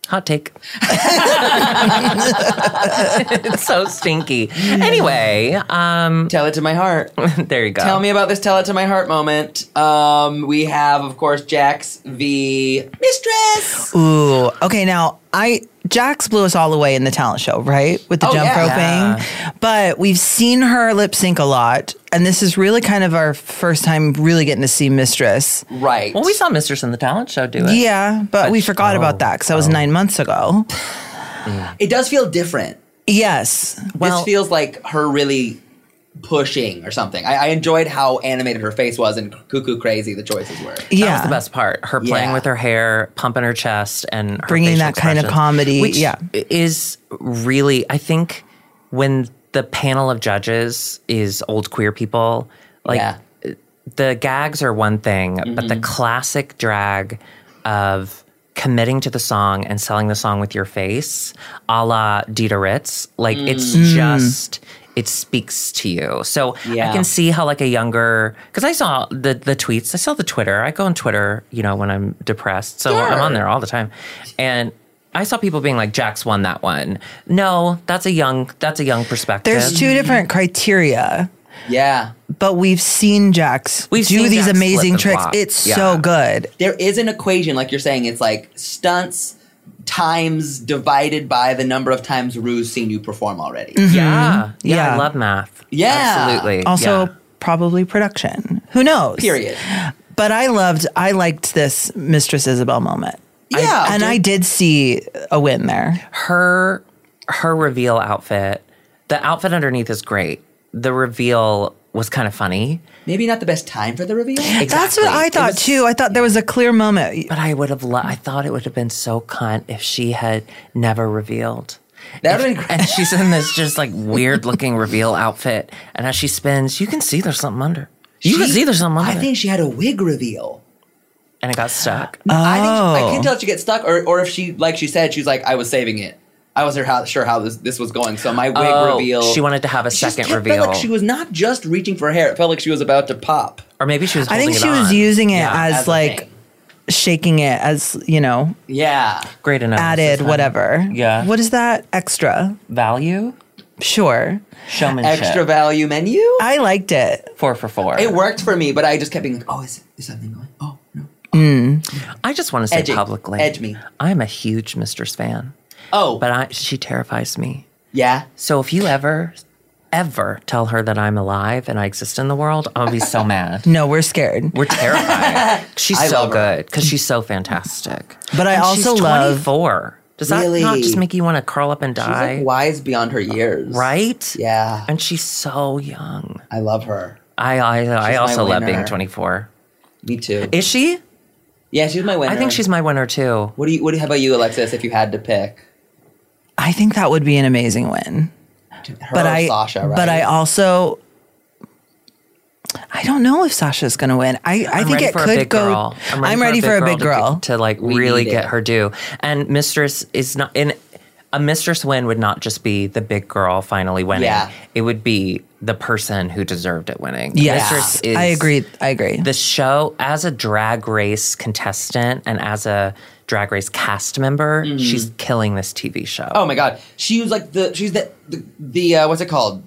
Hot take. it's so stinky. Anyway, um, Tell it to my heart. there you go. Tell me about this tell it to my heart moment. Um, we have, of course, Jax the mistress. Ooh. Okay. Now I Jax blew us all away in the talent show, right? With the Oh, jump yeah. roping. But we've seen her lip sync a lot, and this is really kind of our first time really getting to see Mistress. Right. Well, we saw Mistress in the Talent Show do it. Yeah, but, we forgot oh, about that because that was nine months ago. it does feel different. Yes. this feels like her really pushing or something. I, I enjoyed how animated her face was and cuckoo crazy the choices were. That was Yeah. the best part. Her playing Yeah. with her hair, pumping her chest, and her Bringing facial that kind of expressions, comedy, which yeah. is really. I think when the panel of judges is old queer people, like Yeah. the gags are one thing, but Mm-hmm. the classic drag of committing to the song and selling the song with your face, a la Dita Ritz, like it's Mm. just it speaks to you. So I Yeah. can see how like a younger because I saw the the tweets, I saw the Twitter. I go on Twitter, you know, when I'm depressed, so I'm on there all the time, and. I saw people being like, "Jax won that one." No, that's a young, that's a young perspective. There's two different criteria, Yeah. but we've seen Jax We've do seen these Jax flip amazing and tricks. flop. It's Yeah. so good. There is an equation, like you're saying, it's like stunts times divided by the number of times Rue's seen you perform already. yeah, Mm. yeah, I Mm-hmm. Yeah. love math. Yeah. absolutely. Also, Yeah. probably production. Who knows? Period. But I loved, I liked this Mistress Isabel moment. Yeah. and I did see a win there. her her reveal outfit the outfit underneath is great the reveal was kind of funny Maybe not the best time for the reveal. That's what I It thought was- too. I thought there was a clear moment. but i would have lo- i thought it would have been so cunt if she had never revealed That would have been great. and she's in this just like weird looking reveal outfit and as she spins you can see there's something under you can She- see there's something I under think she had a wig reveal. and it got stuck I think I Oh. can tell if she gets stuck, or or if she, like she said, she's like, I was saving it. I wasn't how, sure how this this was going, so my wig Oh, reveal. she wanted to have a She just second kept- reveal Felt like she was not just reaching for hair; it felt like she was about to pop. or maybe she was I think holding she it was on. using it Yeah, as, as a like thing. shaking it as you know Yeah, great enough added whatever. Yeah. What is that extra? value Sure. showmanship extra value menu. I liked it. four for four it worked for me, but I just kept being like, "Oh, is, is something going? Oh no, I just want to say Edgy. publicly, Edge me. I'm a huge Mistress fan, oh, but I, she terrifies me. yeah." So if you ever, ever tell her that I'm alive and I exist in the world, I'll be so mad. No, we're scared. We're terrified. She's I so love her. good because she's so fantastic. But I And also she's love 24. Does that Really? not just make you want to curl up and She's die? like wise beyond her years, right? Yeah, And she's so young. I love her. I I, I my also love being winner. 24. Me too. Is she? yeah, she's my winner. I think she's my winner too. What do you? What do, how about you, Alexis? If you had to pick, I think that would be an amazing win. her But or I Sasha, right? but I also I don't know if Sasha's going to win. I, I I'm think ready it for a could big go. girl. I'm ready, for a big girl. to, to, like We really need get it. her due. And mistress is not in a mistress win would not just be the big girl finally winning. Yeah. It would be the person who deserved it winning. yes, Mistress is I agree. I agree. The show as a drag race contestant and as a drag race cast member, Mm. she's killing this TV show. Oh my god, she was like the she's the the, the uh, what's it called?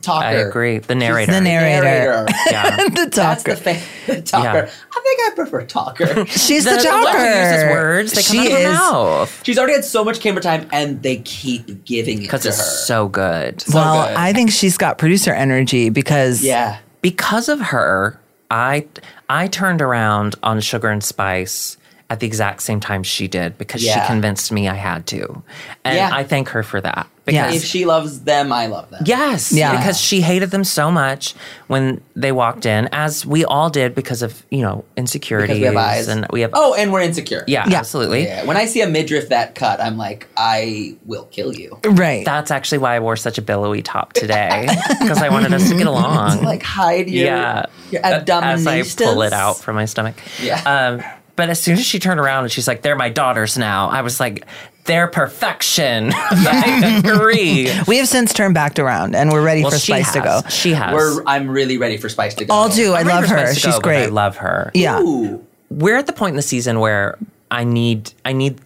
talker. I agree. The narrator. The narrator. Narrator. Yeah. the That's talker. the fa- talker. Yeah. I think I prefer talker. She's the, the talker. one who uses words. They come out of her mouth. She's already had so much camera time, and they keep giving it Because to her. it's so good. well, good. I think she's got producer energy because yeah, because of her, I I turned around on Sugar and Spice at the exact same time she did because Yeah. she convinced me I had to. And Yeah. I thank her for that. Yeah. Because if she loves them, I love them. Yes, Yeah. because she hated them so much when they walked in, as we all did because of, you know, insecurities because we have eyes, and we have oh, and we're insecure. yeah, Yeah. absolutely. Yeah. When I see a midriff that cut, I'm like, I will kill you. right. That's actually why I wore such a billowy top today because I wanted us to get along. Like hide your yeah, your as I abdominations. pull it out from my stomach. Yeah. Um, but as soon as she turned around and she's like, "They're my daughters now," I was like, "They're perfection." I agree. we have since turned back around and we're ready well, for she has. Spice to go. She has. We're, I'm really ready for Spice to go. All do. I I'm ready love for her. Spice to She's go, but great. I love her. Yeah. Ooh. we're at the point in the season where I need I need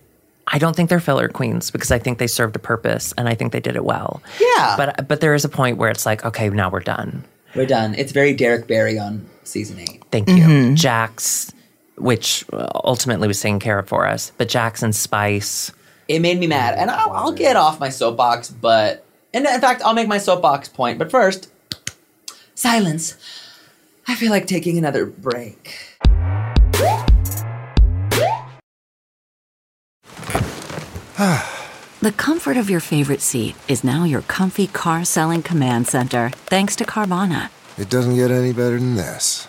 I don't think they're filler queens because I think they served a purpose and I think they did it well. Yeah. But but there is a point where it's like, okay, now we're done. We're done. It's very Derek Barry on season eight. Thank you. Mm-hmm. Jax, which uh, ultimately was taking care of for us, but Jax and Spice. It made me mad, and I'll, I'll get off my soapbox. But and in fact, I'll make my soapbox point. But first, silence. I feel like taking another break. The comfort of your favorite seat is now your comfy car selling command center, thanks to Carvana. It doesn't get any better than this.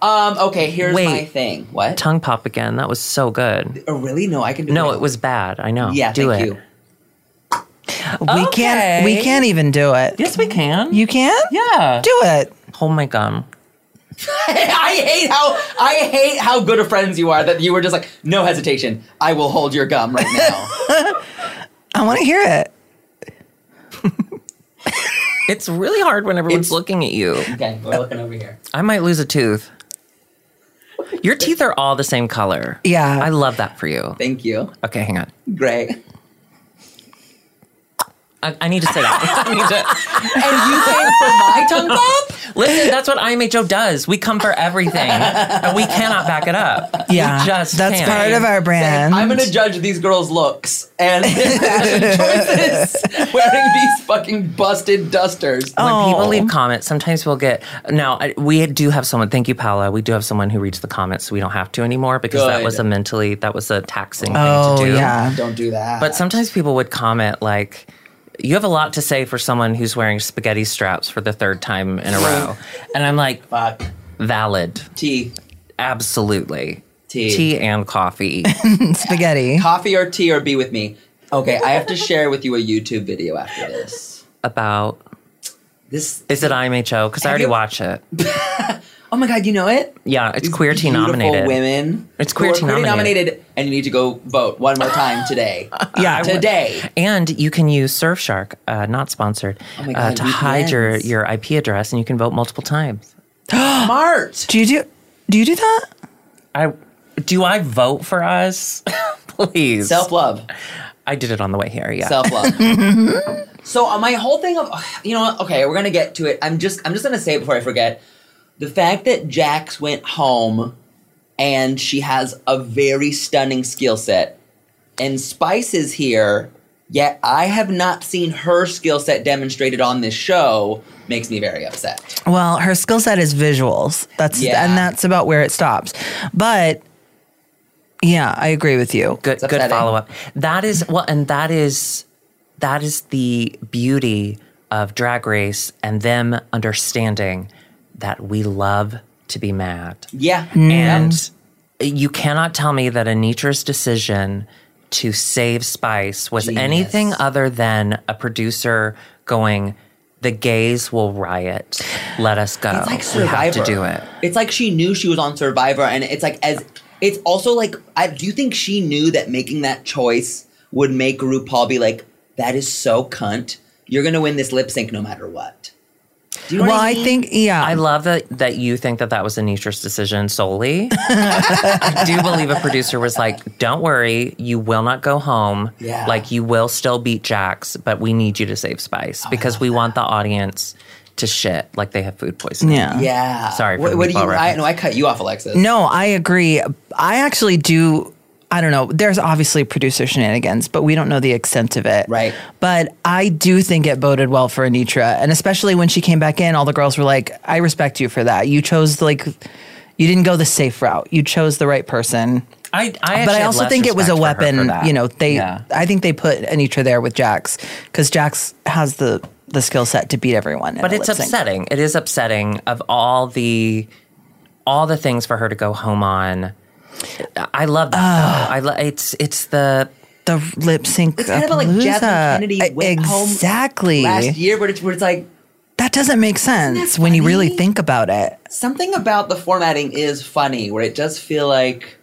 Um. Okay. Here's my Wait. thing. What? Tongue pop again. That was so good. oh, really? No, I can do. No, it. it was bad. I know. Yeah. Do thank it. you. We can't we Okay. can't even do it. Yes, we can. You can? yeah. Do it. Hold my gum. I hate how I hate how good of friends you are that you were just like no hesitation. I will hold your gum right now. I want to hear it. It's really hard when everyone's It's- looking at you. okay, we're looking over here. I might lose a tooth. Your teeth are all the same color. Yeah. I love that for you. Thank you. Okay, hang on. Great. And I, I need to say that. I need you came for my tongue pop? to, listen, that's what IMHO does. We come for everything, and we cannot back it up. Yeah. just That's can't. part of our brand. I'm gonna judge these girls' looks and their fashion choices wearing these fucking busted dusters. When people Oh. leave comments, sometimes we'll get. Now, I, we do have someone. Thank you, Paula. We do have someone who reads the comments, so we don't have to anymore because that Good. was a mentally, that was a taxing thing oh to do. yeah. Don't do that. But sometimes people would comment like, "You have a lot to say for someone who's wearing spaghetti straps for the third time in a row," and I'm like, fuck "Valid, tea, absolutely." Tea. Tea and coffee. Spaghetti. coffee or tea or be with me. Okay, I have to share with you a YouTube video after this. About This. is it IMHO? Because I already you- watch it. Oh my god, you know it? Yeah, it's queer tea beautiful nominated. women. It's who queer are tea nominated. nominated, and you need to go vote one more time today. yeah, today. And you can use Surfshark, uh, not sponsored, Oh my uh, God, to hide your, VPNs. your IP address, and you can vote multiple times. Smart. Do you do do you do that? I do I vote for us? Please, Self love. I did it on the way here. Yeah, Self love. so uh, my whole thing of you know what? okay, we're gonna get to it. I'm just I'm just gonna say it before I forget. The fact that Jax went home and she has a very stunning skill set, and Spice is here Yet I have not seen her skill set demonstrated on this show. Makes me very upset. Well, her skill set is visuals. That's Yeah. and that's about where it stops. But yeah, I agree with you. good good upsetting. follow up. That is well, and that is that is the beauty of Drag Race and them understanding that we love to be mad. Yeah. And you cannot tell me that Anitra's decision to save Spice was anything other than a producer going, the gays will riot. Let us go. It's like Oh, we Survivor. have to do it. It's like she knew she was on Survivor, and it's like as it's also like I do you think she knew that making that choice would make RuPaul be like, "That is so cunt. You're gonna win this lip sync no matter what." Do you know Well, what I mean? think yeah. I love that that you think that that was Anitra's decision solely. I do believe a producer was like, "Don't worry, you will not go home. Yeah. Like you will still beat Jax, but we need you to save Spice because we want the audience to shit like they have food poisoning." yeah. Yeah. Sorry for What, the what do you? meatball I, reference. no, I cut you off, Alexis. No, I agree. I actually do. I don't know. There's obviously producer shenanigans, but we don't know the extent of it. Right. But I do think it boded well for Anitra. And especially when she came back in, all the girls were like, I respect you for that. You chose, like, you didn't go the safe route. You chose the right person. I, I but actually I have also less think it was a respect for her for weapon. that. You know, they, Yeah. I think they put Anitra there with Jax because Jax has the, the skill set to beat everyone. in but a it's lip sync. upsetting it is upsetting of all the all the things for her to go home on i love that though. i lo- it's it's the The lip sync. It's kind of like Jasmine Kennedy went home exactly. Last year, but it's where it's like That doesn't make sense when you really think about it. something about the formatting is funny, where it does feel like.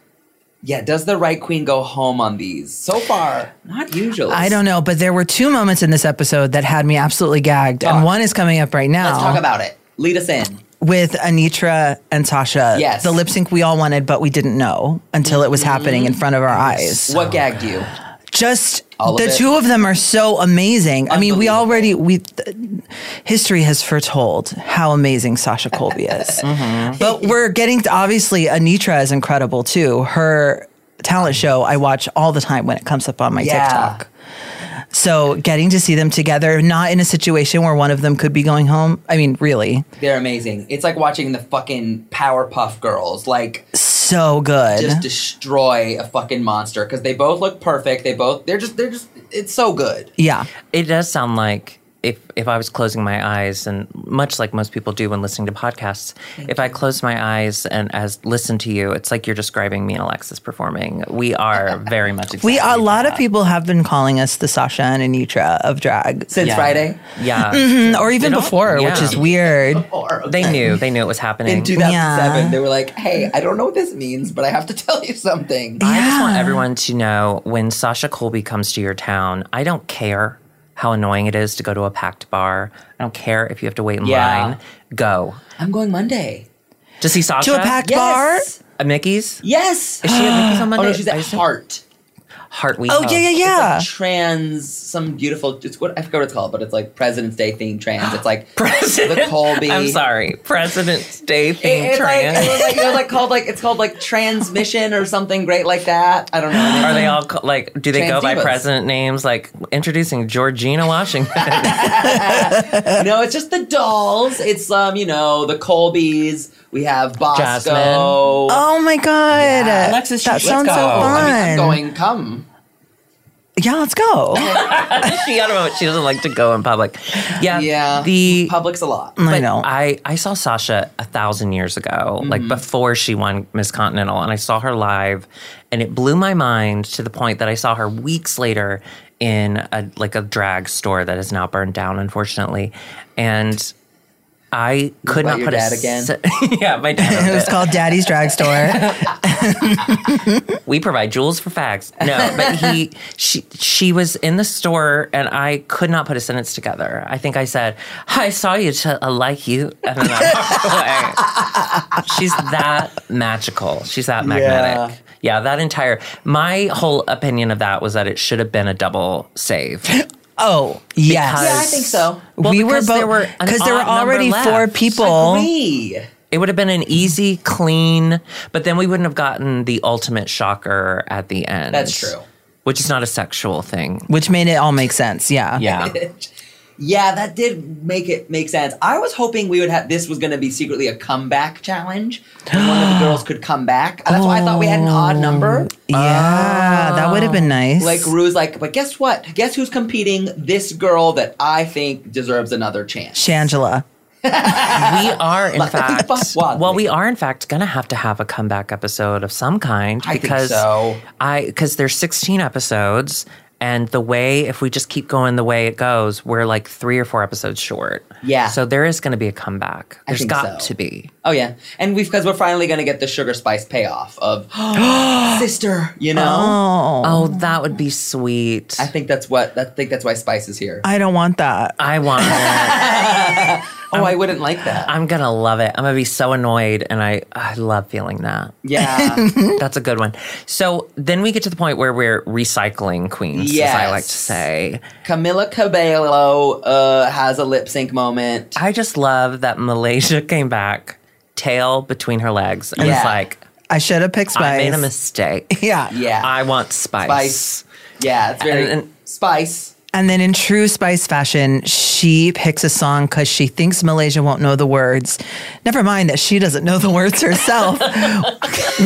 Yeah, does the right queen go home on these? So far, not usually. I don't know, but there were two moments in this episode that had me absolutely gagged, and Talk. one is coming up right now. Oh. Let's talk about it. Lead us in. with Anitra and Tasha. Yes. the lip sync we all wanted, but we didn't know until it was happening in front of our eyes. what gagged you? Just All of the it. two of them are so amazing. I mean, we Unbelievable. already we th- history has foretold how amazing Sasha Colby is, Mm-hmm. but we're getting to, obviously Anitra is incredible too. Her talent show I watch all the time when it comes up on my Yeah. TikTok. So getting to see them together, not in a situation where one of them could be going home. I mean, really, They're amazing. It's like watching the fucking Powerpuff Girls like so good. just destroy a fucking monster because they both look perfect. They both they're just they're just it's so good. yeah. it does sound like if if I was closing my eyes and much like most people do when listening to podcasts, if I close my eyes and as listen to you, it's like you're describing me and Alexis performing. We are very much exactly We a lot of that. people have been calling us the Sasha and Anitra of drag Since Yeah. Friday, Yeah. Mm, or even don't- before, which yeah. is weird. Oh, They knew. They knew it was happening. in 2007, Yeah. they were like, "Hey, I don't know what this means, but I have to tell you something." I just want everyone to know when Sasha Colby comes to your town, I don't care how annoying it is to go to a packed bar. I don't care if you have to wait in Yeah. line. Go I'm going Monday. to see Sasha. To a packed bar? Yes, A Mickey's. yes. Is she at Mickey's on oh Monday? no, she's I at just- Heart. Heart Week. Oh, yeah, yeah, yeah. Trans, some beautiful. It's what I forgot what it's called, but it's like President's Day themed trans. It's like President the Colby. I'm sorry, President's Day It- theme it's like, trans. it was like, it was like called like it's called like transmission or something great like that. I don't know. Are they all co- like? Do they go Trans by divas. president names? Like introducing Georgina Washington. No, it's just the dolls. It's um, you know, the Colbys. We have Bosco. Jasmine. Oh my god, Alexis, that you- sounds let's so go. fun. I mean, I'm going. Come. Yeah, let's go. she, I don't know. She doesn't like to go in public. Yeah, Yeah. The Public's a lot. I But know. I, I saw Sasha a thousand years ago, Mm-hmm. like before she won Miss Continental, and I saw her live, and it blew my mind to the point that I saw her weeks later in a like a drag store that is now burned down, unfortunately, and I could about not your put a dad again? se- yeah, my dad. it owns was it. called Daddy's Drag Store. we provide jewels for fags. No, but he, she, she was in the store, and I could not put a sentence together. I think I said, "I saw you, ch- I like you," and then I walked away. She's that magical. She's that magnetic. Yeah. that entire my whole opinion of that was that it should have been a double save. Oh, yes. Because- Yeah, I think so. Well, we were because there were both an because there were odd number already left. four people. Agree. It would have been an easy, clean, but then we wouldn't have gotten the ultimate shocker at the end. That's true. which is not a sexual thing. which made it all make sense. Yeah. Yeah. Yeah, that did make it make sense. I was hoping we would have this was going to be secretly a comeback challenge. and One of the girls could come back. That's why I thought we had an odd Oh. number. Yeah, that would have been nice. Like Rue's like, but guess what? Guess who's competing? This girl that I think deserves another chance. Shangela. we are in fact Well, well we are in fact gonna have to have a comeback episode of some kind I think because so. i because there's 16 episodes and the way if we just keep going the way it goes we're like three or four episodes short Yeah. so there is gonna be a comeback There's think got so. to be Oh yeah, and we because we're finally gonna get the sugar spice payoff of sister. You know, Oh, oh that would be sweet I think that's what I think that's why Spice is here. I don't want that. i want it oh, I wouldn't like that. i'm gonna love it i'm gonna be so annoyed and i i love feeling that yeah, That's a good one. So then we get to the point where we're recycling queens, as I like Yes. to say. Camila Cabello uh, has a lip sync moment. I just love that Malaysia came back, tail between her legs, and Yeah. it's like, I should have picked Spice. I made a mistake. Yeah. Yeah, I want spice. Spice. Yeah, it's very And- and- Spice. And then in true Spice fashion, she picks a song because she thinks Malaysia won't know the words. Never mind that she doesn't know the words herself,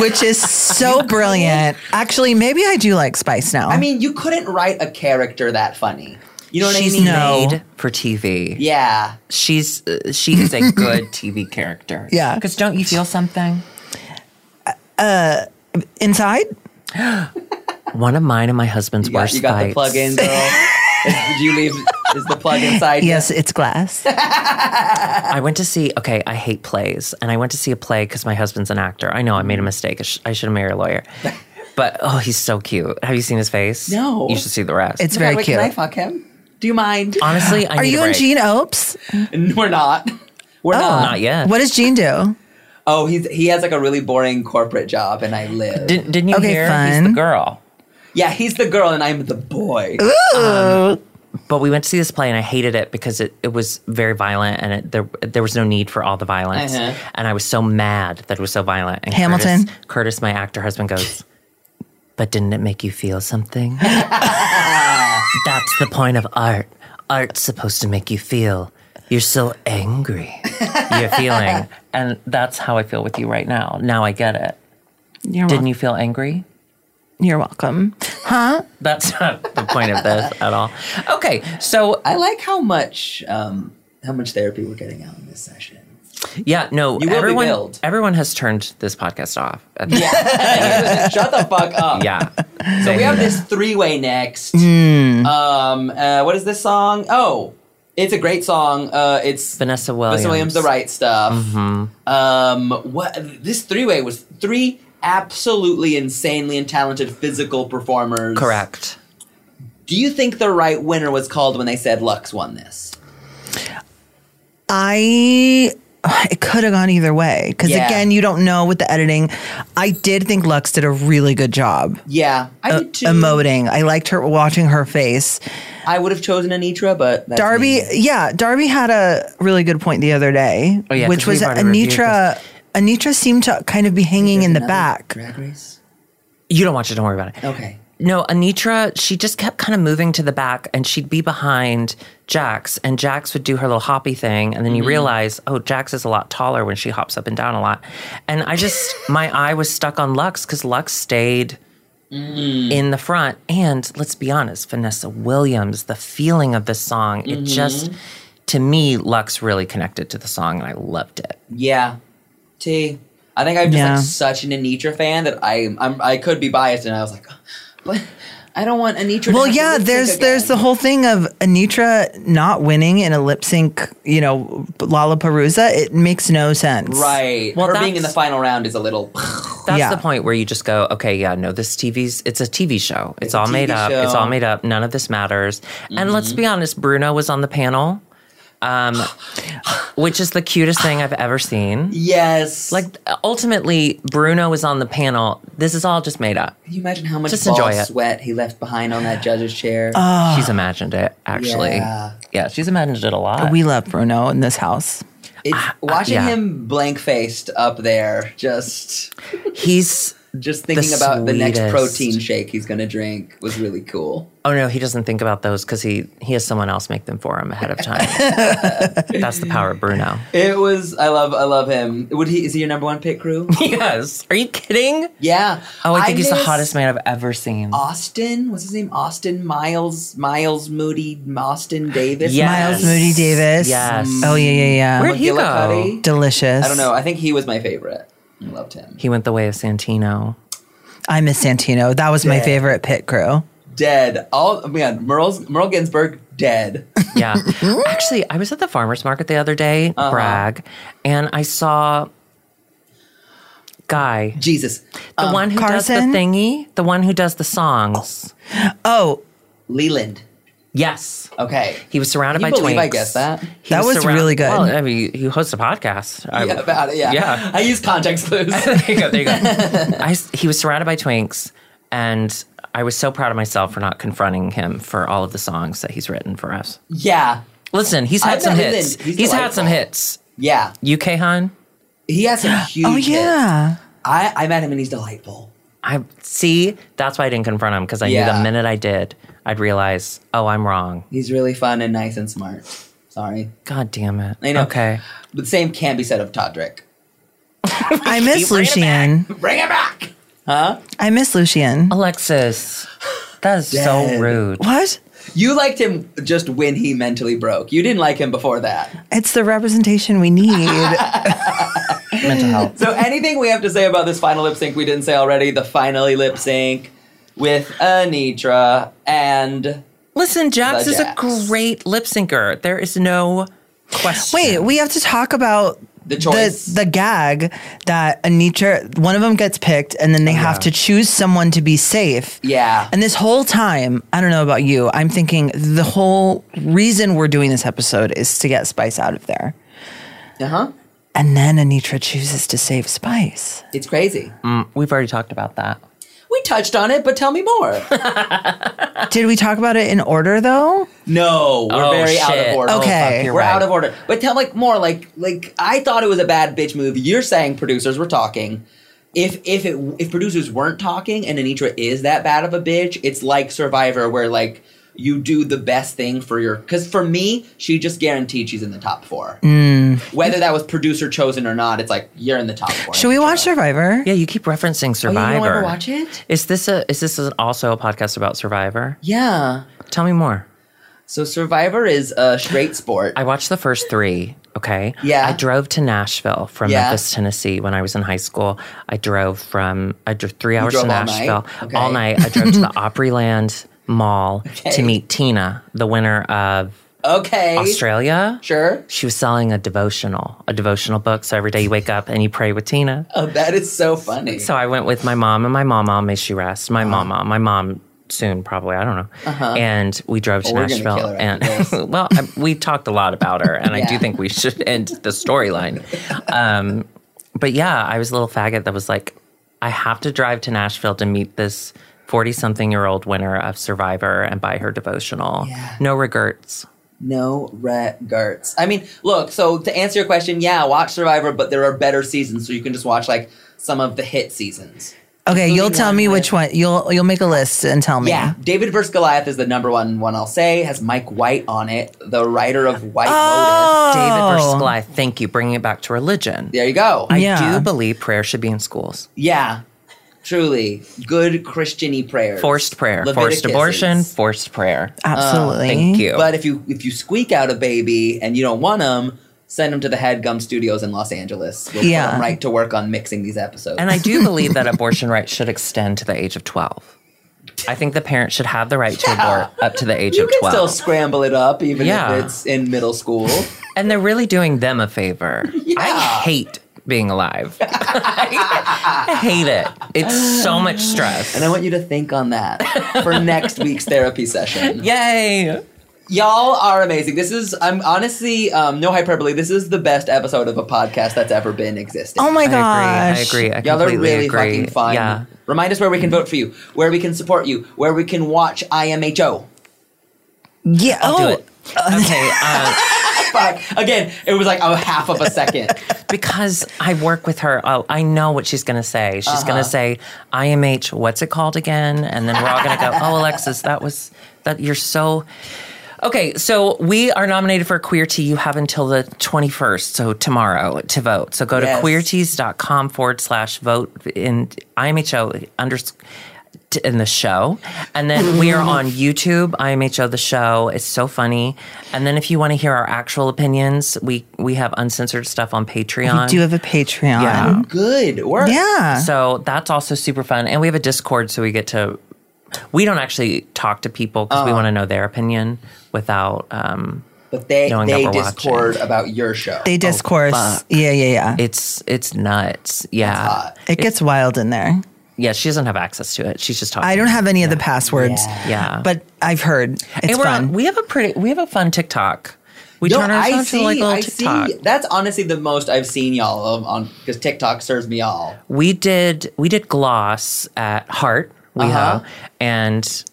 which is so brilliant. Actually, maybe I do like Spice now. I mean, you couldn't write a character that funny. You know what She's I mean? No. made for TV. Yeah. She's uh, she is a good TV character. Yeah. Because don't you feel something? inside? One of mine and my husband's You got, worst you got the fights. plug in, girl. Did you leave? Is the plug inside? Yes, it's glass. I went to see, okay, I hate plays. And I went to see a play because my husband's an actor. I know I made a mistake. I, sh- I should have married a lawyer. But oh, he's so cute. Have you seen his face? No. You should see the rest. It's Oh my God, very wait, cute. Can I fuck him? Do you mind? honestly, I Are need you a and break. Gene Opes? We're not. We're not. Not yet. What does Gene do? Oh, he's he has like a really boring corporate job, and I live. Didn't, didn't you Okay, hear? He's the fine. girl. yeah, he's the girl, and I'm the boy. But we went to see this play and I hated it because it, it was very violent and it, there there was no need for all the violence. Uh-huh. And I was so mad that it was so violent. And Hamilton. Curtis, Curtis, my actor husband, goes, But didn't it make you feel something? That's the point of art. Art's supposed to make you feel. You're so angry. You're feeling. And that's how I feel with you right now. Now I get it. You're, Didn't you feel angry? wel- you're welcome. That's not the point of this at all. Okay, so I like how much um how much therapy we're getting out in this session. yeah, no, You will be everyone billed. everyone has turned this podcast off. At this- Yeah, shut the fuck up. yeah. So we have this three way next. Um, uh, what is this song? Oh, it's a great song. Uh, it's Vanessa Williams. Vanessa Williams, the right stuff. Um, what this three way was three absolutely insanely and talented physical performers. Correct. Do you think the right winner was called when they said Lux won this? I it could have gone either way because Yeah. again, you don't know with the editing. I did think Lux did a really good job Yeah, I did too. E- emoting. I liked her watching her face. I would have chosen Anitra, but that's Darby, me. yeah, Darby had a really good point the other day, Oh, yeah, which 'cause we was brought a review Anitra. Anitra seemed to kind of be hanging in the Another back. Drag Race. You don't watch it, don't worry about it. Okay. No, Anitra, she just kept kind of moving to the back and she'd be behind Jax and Jax would do her little hoppy thing. And then you realize, oh, Jax is a lot taller when she hops up and down a lot. And I just, my eye was stuck on Lux because Lux stayed in the front. And let's be honest, Vanessa Williams, the feeling of this song, it just, to me, Lux really connected to the song and I loved it. Yeah. T. I think I'm just Yeah. like such an Anitra fan that I I'm, I could be biased, and I was like, but I don't want Anitra. to Well, have to yeah, lip sync there's again." there's the whole thing of Anitra not winning in a lip sync, you know, Lollapalooza. It makes no sense, right. Well, Her being in the that's- final round is a little. That's Yeah. the point where you just go, okay, yeah, no, this TV's it's a TV show. It's, a all made TV up. It's show. all made up. None of this matters. And let's be honest, Bruno was on the panel. Um, which is the cutest thing I've ever seen. yes. Like ultimately, Bruno was on the panel. This is all just made up. can you imagine how much Just ball enjoy it. sweat he left behind on that judge's chair? Uh, she's imagined it, actually. Yeah. Yeah. she's imagined it a lot. We love Bruno in this house. It's watching yeah. him blank faced up there, just He's Just thinking The about the next sweetest. protein shake he's gonna drink was really cool. Oh no, he doesn't think about those because he he has someone else make them for him ahead of time. That's the power of Bruno. It was. I love. I love him. Would he? Is he your number one pick, crew? Yes. Are you kidding? yeah. Oh, I think he's the miss hottest man I've ever seen. Austin. What's his name? Austin Miles. Miles Moody. Austin Davis. Yes. Miles Moody Davis. Yes. Oh yeah, yeah, yeah. Where'd he go? McGillicuddy. Delicious. I don't know. I think he was my favorite. I loved him. He went the way of Santino. I miss Santino. That was my favorite pit crew. Dead. All man. Merle's, Merle Ginsburg. Dead. Yeah. Actually, I was at the farmer's market the other day, Uh-huh. brag, and I saw guy, Jesus. the one who does Carson? the thingy, the one who does the songs. Oh, Leland. Yes. Okay. He was surrounded Can by you believe I twinks. guessed that? He That was really good. Well, I mean, he hosts a podcast. I- yeah, about it. Yeah. Yeah. I use context clues. there you go. There you go. I s he was surrounded by twinks, and I was so proud of myself for not confronting him for all of the songs that he's written for us. yeah. Listen, he's had I some bet he hits. did. He's, He's had some delightful. hits. Yeah. UK hon, He has some huge. oh yeah. hits. I I met him and he's delightful. I see. That's why I didn't confront him because I knew Yeah. the minute I did, I'd realize, oh, I'm wrong. He's really fun and nice and smart. Sorry. God damn it. I know. Okay. But the same can be said of Todrick. I miss Lucian. Bring him back. I miss Lucian. Alexis, that is Dead. so rude. What? You liked him just when he mentally broke. You didn't like him before that. It's the representation we need. Mental health. So anything we have to say about this final lip sync we didn't say already, the finally lip sync with Anitra and Listen, Jax The is Jax. a great lip syncer. There is no question. Wait, we have to talk about The choice. The, the gag that Anitra, one of them gets picked, and then they have to choose someone to be safe. Oh, Yeah. And this whole time, I don't know about you, I'm thinking the whole reason we're doing this episode is to get Spice out of there. Uh-huh. And then Anitra chooses to save Spice. It's crazy. Mm. We've already talked about that. We touched on it, but tell me more. Did we talk about it in order though? no, we're Oh, very out of shit. order. Oh, fuck, Okay. you're we're right. out of order. But tell like more like like I thought it was a bad bitch move. You're saying producers were talking. If if it if producers weren't talking and Anitra is that bad of a bitch, it's like Survivor where like you do the best thing for your cuz for me, she just guaranteed she's in the top 4. Whether that was producer chosen or not, it's like you're in the top 4. Should we Anitra. watch Survivor? Yeah, you keep Oh, referencing you Survivor. don't ever watch it? Is this a is this an- also a podcast about Survivor? Yeah. Tell me more. So Survivor is a straight sport. I watched the first three. Okay. Yeah. I drove to Nashville from Yeah. Memphis, Tennessee, when I was in high school. I drove from I drove three hours drove to all night? Nashville Okay. all night. I drove to the Opryland Mall to meet Tina, the winner of okay. Australia. Sure. She was selling a devotional, a devotional book. So every day you wake up and you pray with Tina. Oh, that is so funny. So I went with my mom and my mama, may she rest. My Uh-huh. mama, my mom soon probably, I don't know. And we drove to Well, we're gonna Nashville. kill her and after well, I, we talked a lot about her, and I Yeah. do think we should end the storyline. Um, but yeah, I was a little faggot that was like, I have to drive to Nashville to meet this. 40 something year old winner of Survivor and buy her devotional. No regrets. No regrets. I mean, look, so to answer your question, yeah, watch Survivor, but there are better seasons, so you can just watch like some of the hit seasons. Okay, you'll Including tell one me with- which one. You'll you'll make a list and tell me. Yeah. David vs. Goliath is the number one one I'll say, has Mike White on it, the writer of White Lotus. David versus Oh. Goliath, thank you, bringing it back to religion. There you go. I Yeah. do believe prayer should be in schools. yeah. Truly. Good Christiany prayers. forced prayer, forced Leviticus abortion, is- forced prayer. Absolutely. Thank you. But if you if you squeak out a baby and you don't want them, send them to the Headgum Studios in Los Angeles. We'll Yeah. put 'em right to work on mixing these episodes. and I do believe that abortion rights should extend to the age of 12. I think the parent should have the right to abort up to the age You of can 12. still scramble it up, even Yeah. if it's in middle school. and they're really doing them a favor. I hate being alive. I hate it. It's so much stress. and I want you to think on that for next week's therapy session. Yay. Y'all are amazing. This is, I'm honestly, um, no hyperbole. This is the best episode of a podcast that's ever been existing. Oh my gosh. I agree. I agree. I Y'all are completely really agree. fucking fun. Yeah. Remind us where we can vote for you, where we can support you, where we can watch IMHO. Yeah. Do oh, it. Okay. Uh, Fuck. Again, it was like a half of a second. because I work with her. i I know what she's going to say. She's going to say, "IMH, what's it called again?" And then we're all going to go, "Oh, Alexis, that was that. You're so." Okay, so we are nominated for Queer Tea. You have until the 21st, so tomorrow, to vote. So go Yes. to queerteas.com forward slash vote in IMHO underscore in the show. And then we are on YouTube, IMHO the show. It's so funny. And then if you want to hear our actual opinions, we we have uncensored stuff on Patreon. We do have a Patreon. Yeah. Good work. Yeah. So that's also super fun. And we have a Discord so we get to we don't actually talk to people because Oh. we want to know their opinion without um But they Knowing that they we're discord about your show. oh, they discourse. yeah, yeah, yeah. It, it's it's nuts. Yeah. gets wild in there. Yeah, she doesn't have access to it. She's just talking. I don't have any of the passwords. Yeah. But I've heard it's And we're on- fun. we have a pretty we have a fun TikTok. We No, turn I ourselves see. into like a little I TikTok. see. That's honestly the most I've seen y'all of on because TikTok serves me all. We did we did gloss at Heart WeHo, Uh-huh. and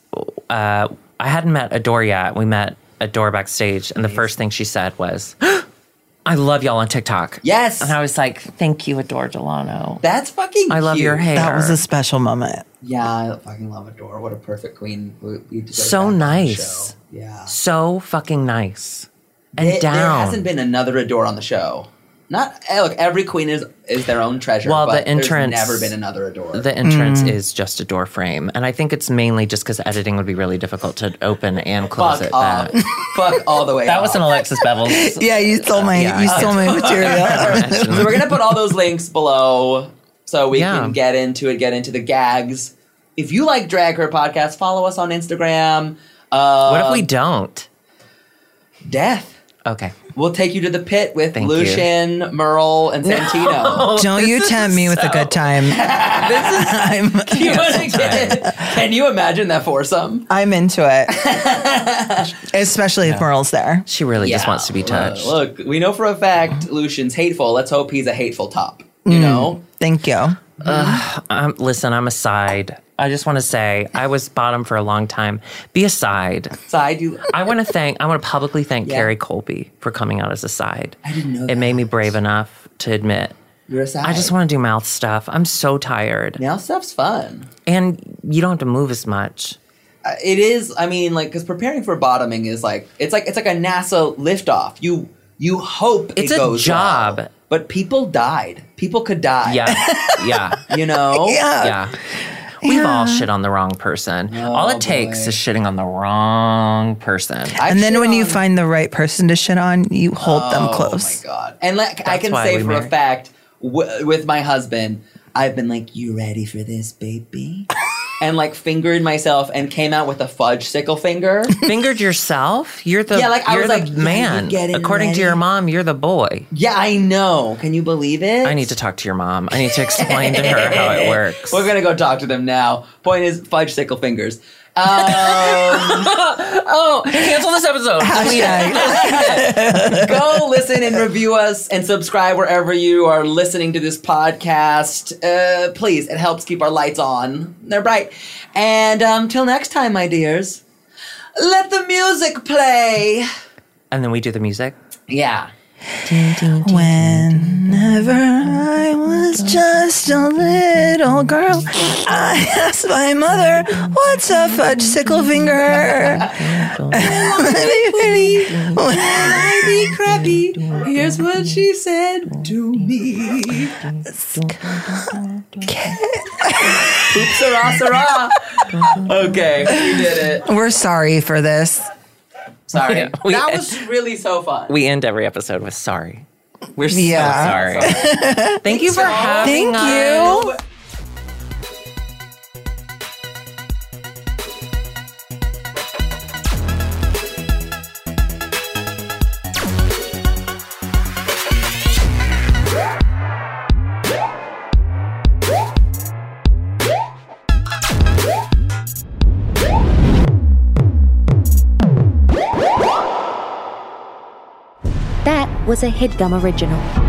uh, I hadn't met Adore yet. We met Adore backstage, and the first thing she said was, "I love y'all on TikTok." Yes. and I was like, "Thank you, Adore Delano. That's fucking. I love cute. your hair." that was a special moment. Yeah, I fucking love Adore. What a perfect queen. We- we need to go So back on the nice. show. Yeah. so fucking nice and There- down. There hasn't been another Adore on the show. Not eh, look. Every queen is is their own treasure. Well, the but entrance- There's never been another Adore. the entrance is just a door frame, and I think it's mainly just because editing would be really difficult to open and close Fuck it. off. That Fuck all the way. that was off. an Alexis Bevels. Yeah, you stole my Yeah, you I- stole my material. so we're gonna put all those links below so we Yeah. can get into it, get into the gags. If you like Drag Her Podcast, follow us on Instagram. Uh, What if we don't? death? Okay. We'll take you to the pit with Thank you. Lucian, Merle, and Santino. Oh, Don't you tempt me with a good time. this is I'm you again. Can you imagine that foursome? I'm into it. Especially if Merle's there. She really just wants to be Look, touched. Look, we know for a fact Lucian's hateful. Let's hope he's a hateful top. Hmm. You know? Thank you. Um, listen, I'm a side. I just want to say I was bottom for a long time. Be a side. Side you I want to thank. I want to publicly thank Yeah. Carrie Colby for coming out as a side. I didn't know It that. made me brave enough to admit. you're a side. I just want to do mouth stuff. I'm so tired, now stuff's fun. and you don't have to move as much. Uh, It is, I mean, like, because preparing for bottoming is like it's like it's like a NASA liftoff. You you hope It's it a goes job. well. But people died. People could die. Yeah, yeah, You know? yeah. We've all shit on the wrong person. all it takes Oh, boy. is shitting on the wrong person. I've and then shit when you on- find the right person to shit on, you hold them close. Oh my god! And like I That's can why say we for a married. fact, w- with my husband, I've been like, "You ready for this, baby?" and like fingered myself and came out with a fudge sickle finger. Fingered yourself. You're the Yeah, like, I you're was the like, yeah, you man. getting According ready? to your mom, you're the boy. yeah, I know. Can you believe it? I need to talk to your mom. I need to explain to her how it works. We're gonna go talk to them now. Point is, fudge sickle fingers. Um, oh, cancel this episode. Uh, Hashtag. go listen and review us and subscribe wherever you are listening to this podcast. Uh, please, it helps keep our lights on. They're bright. And um, till next time, my dears, let the music play. And then we do the music. Yeah. Whenever I was just a little girl, I asked my mother, What's a fudge sickle finger? I be crappy. Here's what she said to me. Oops, sarah, sarah. Okay, we did it. We're sorry for this. Sorry. Yeah, we- that was really so fun. We end every episode with sorry. We're so Yeah. sorry. Thank you for So- having Thank us. you. That was a headgum original.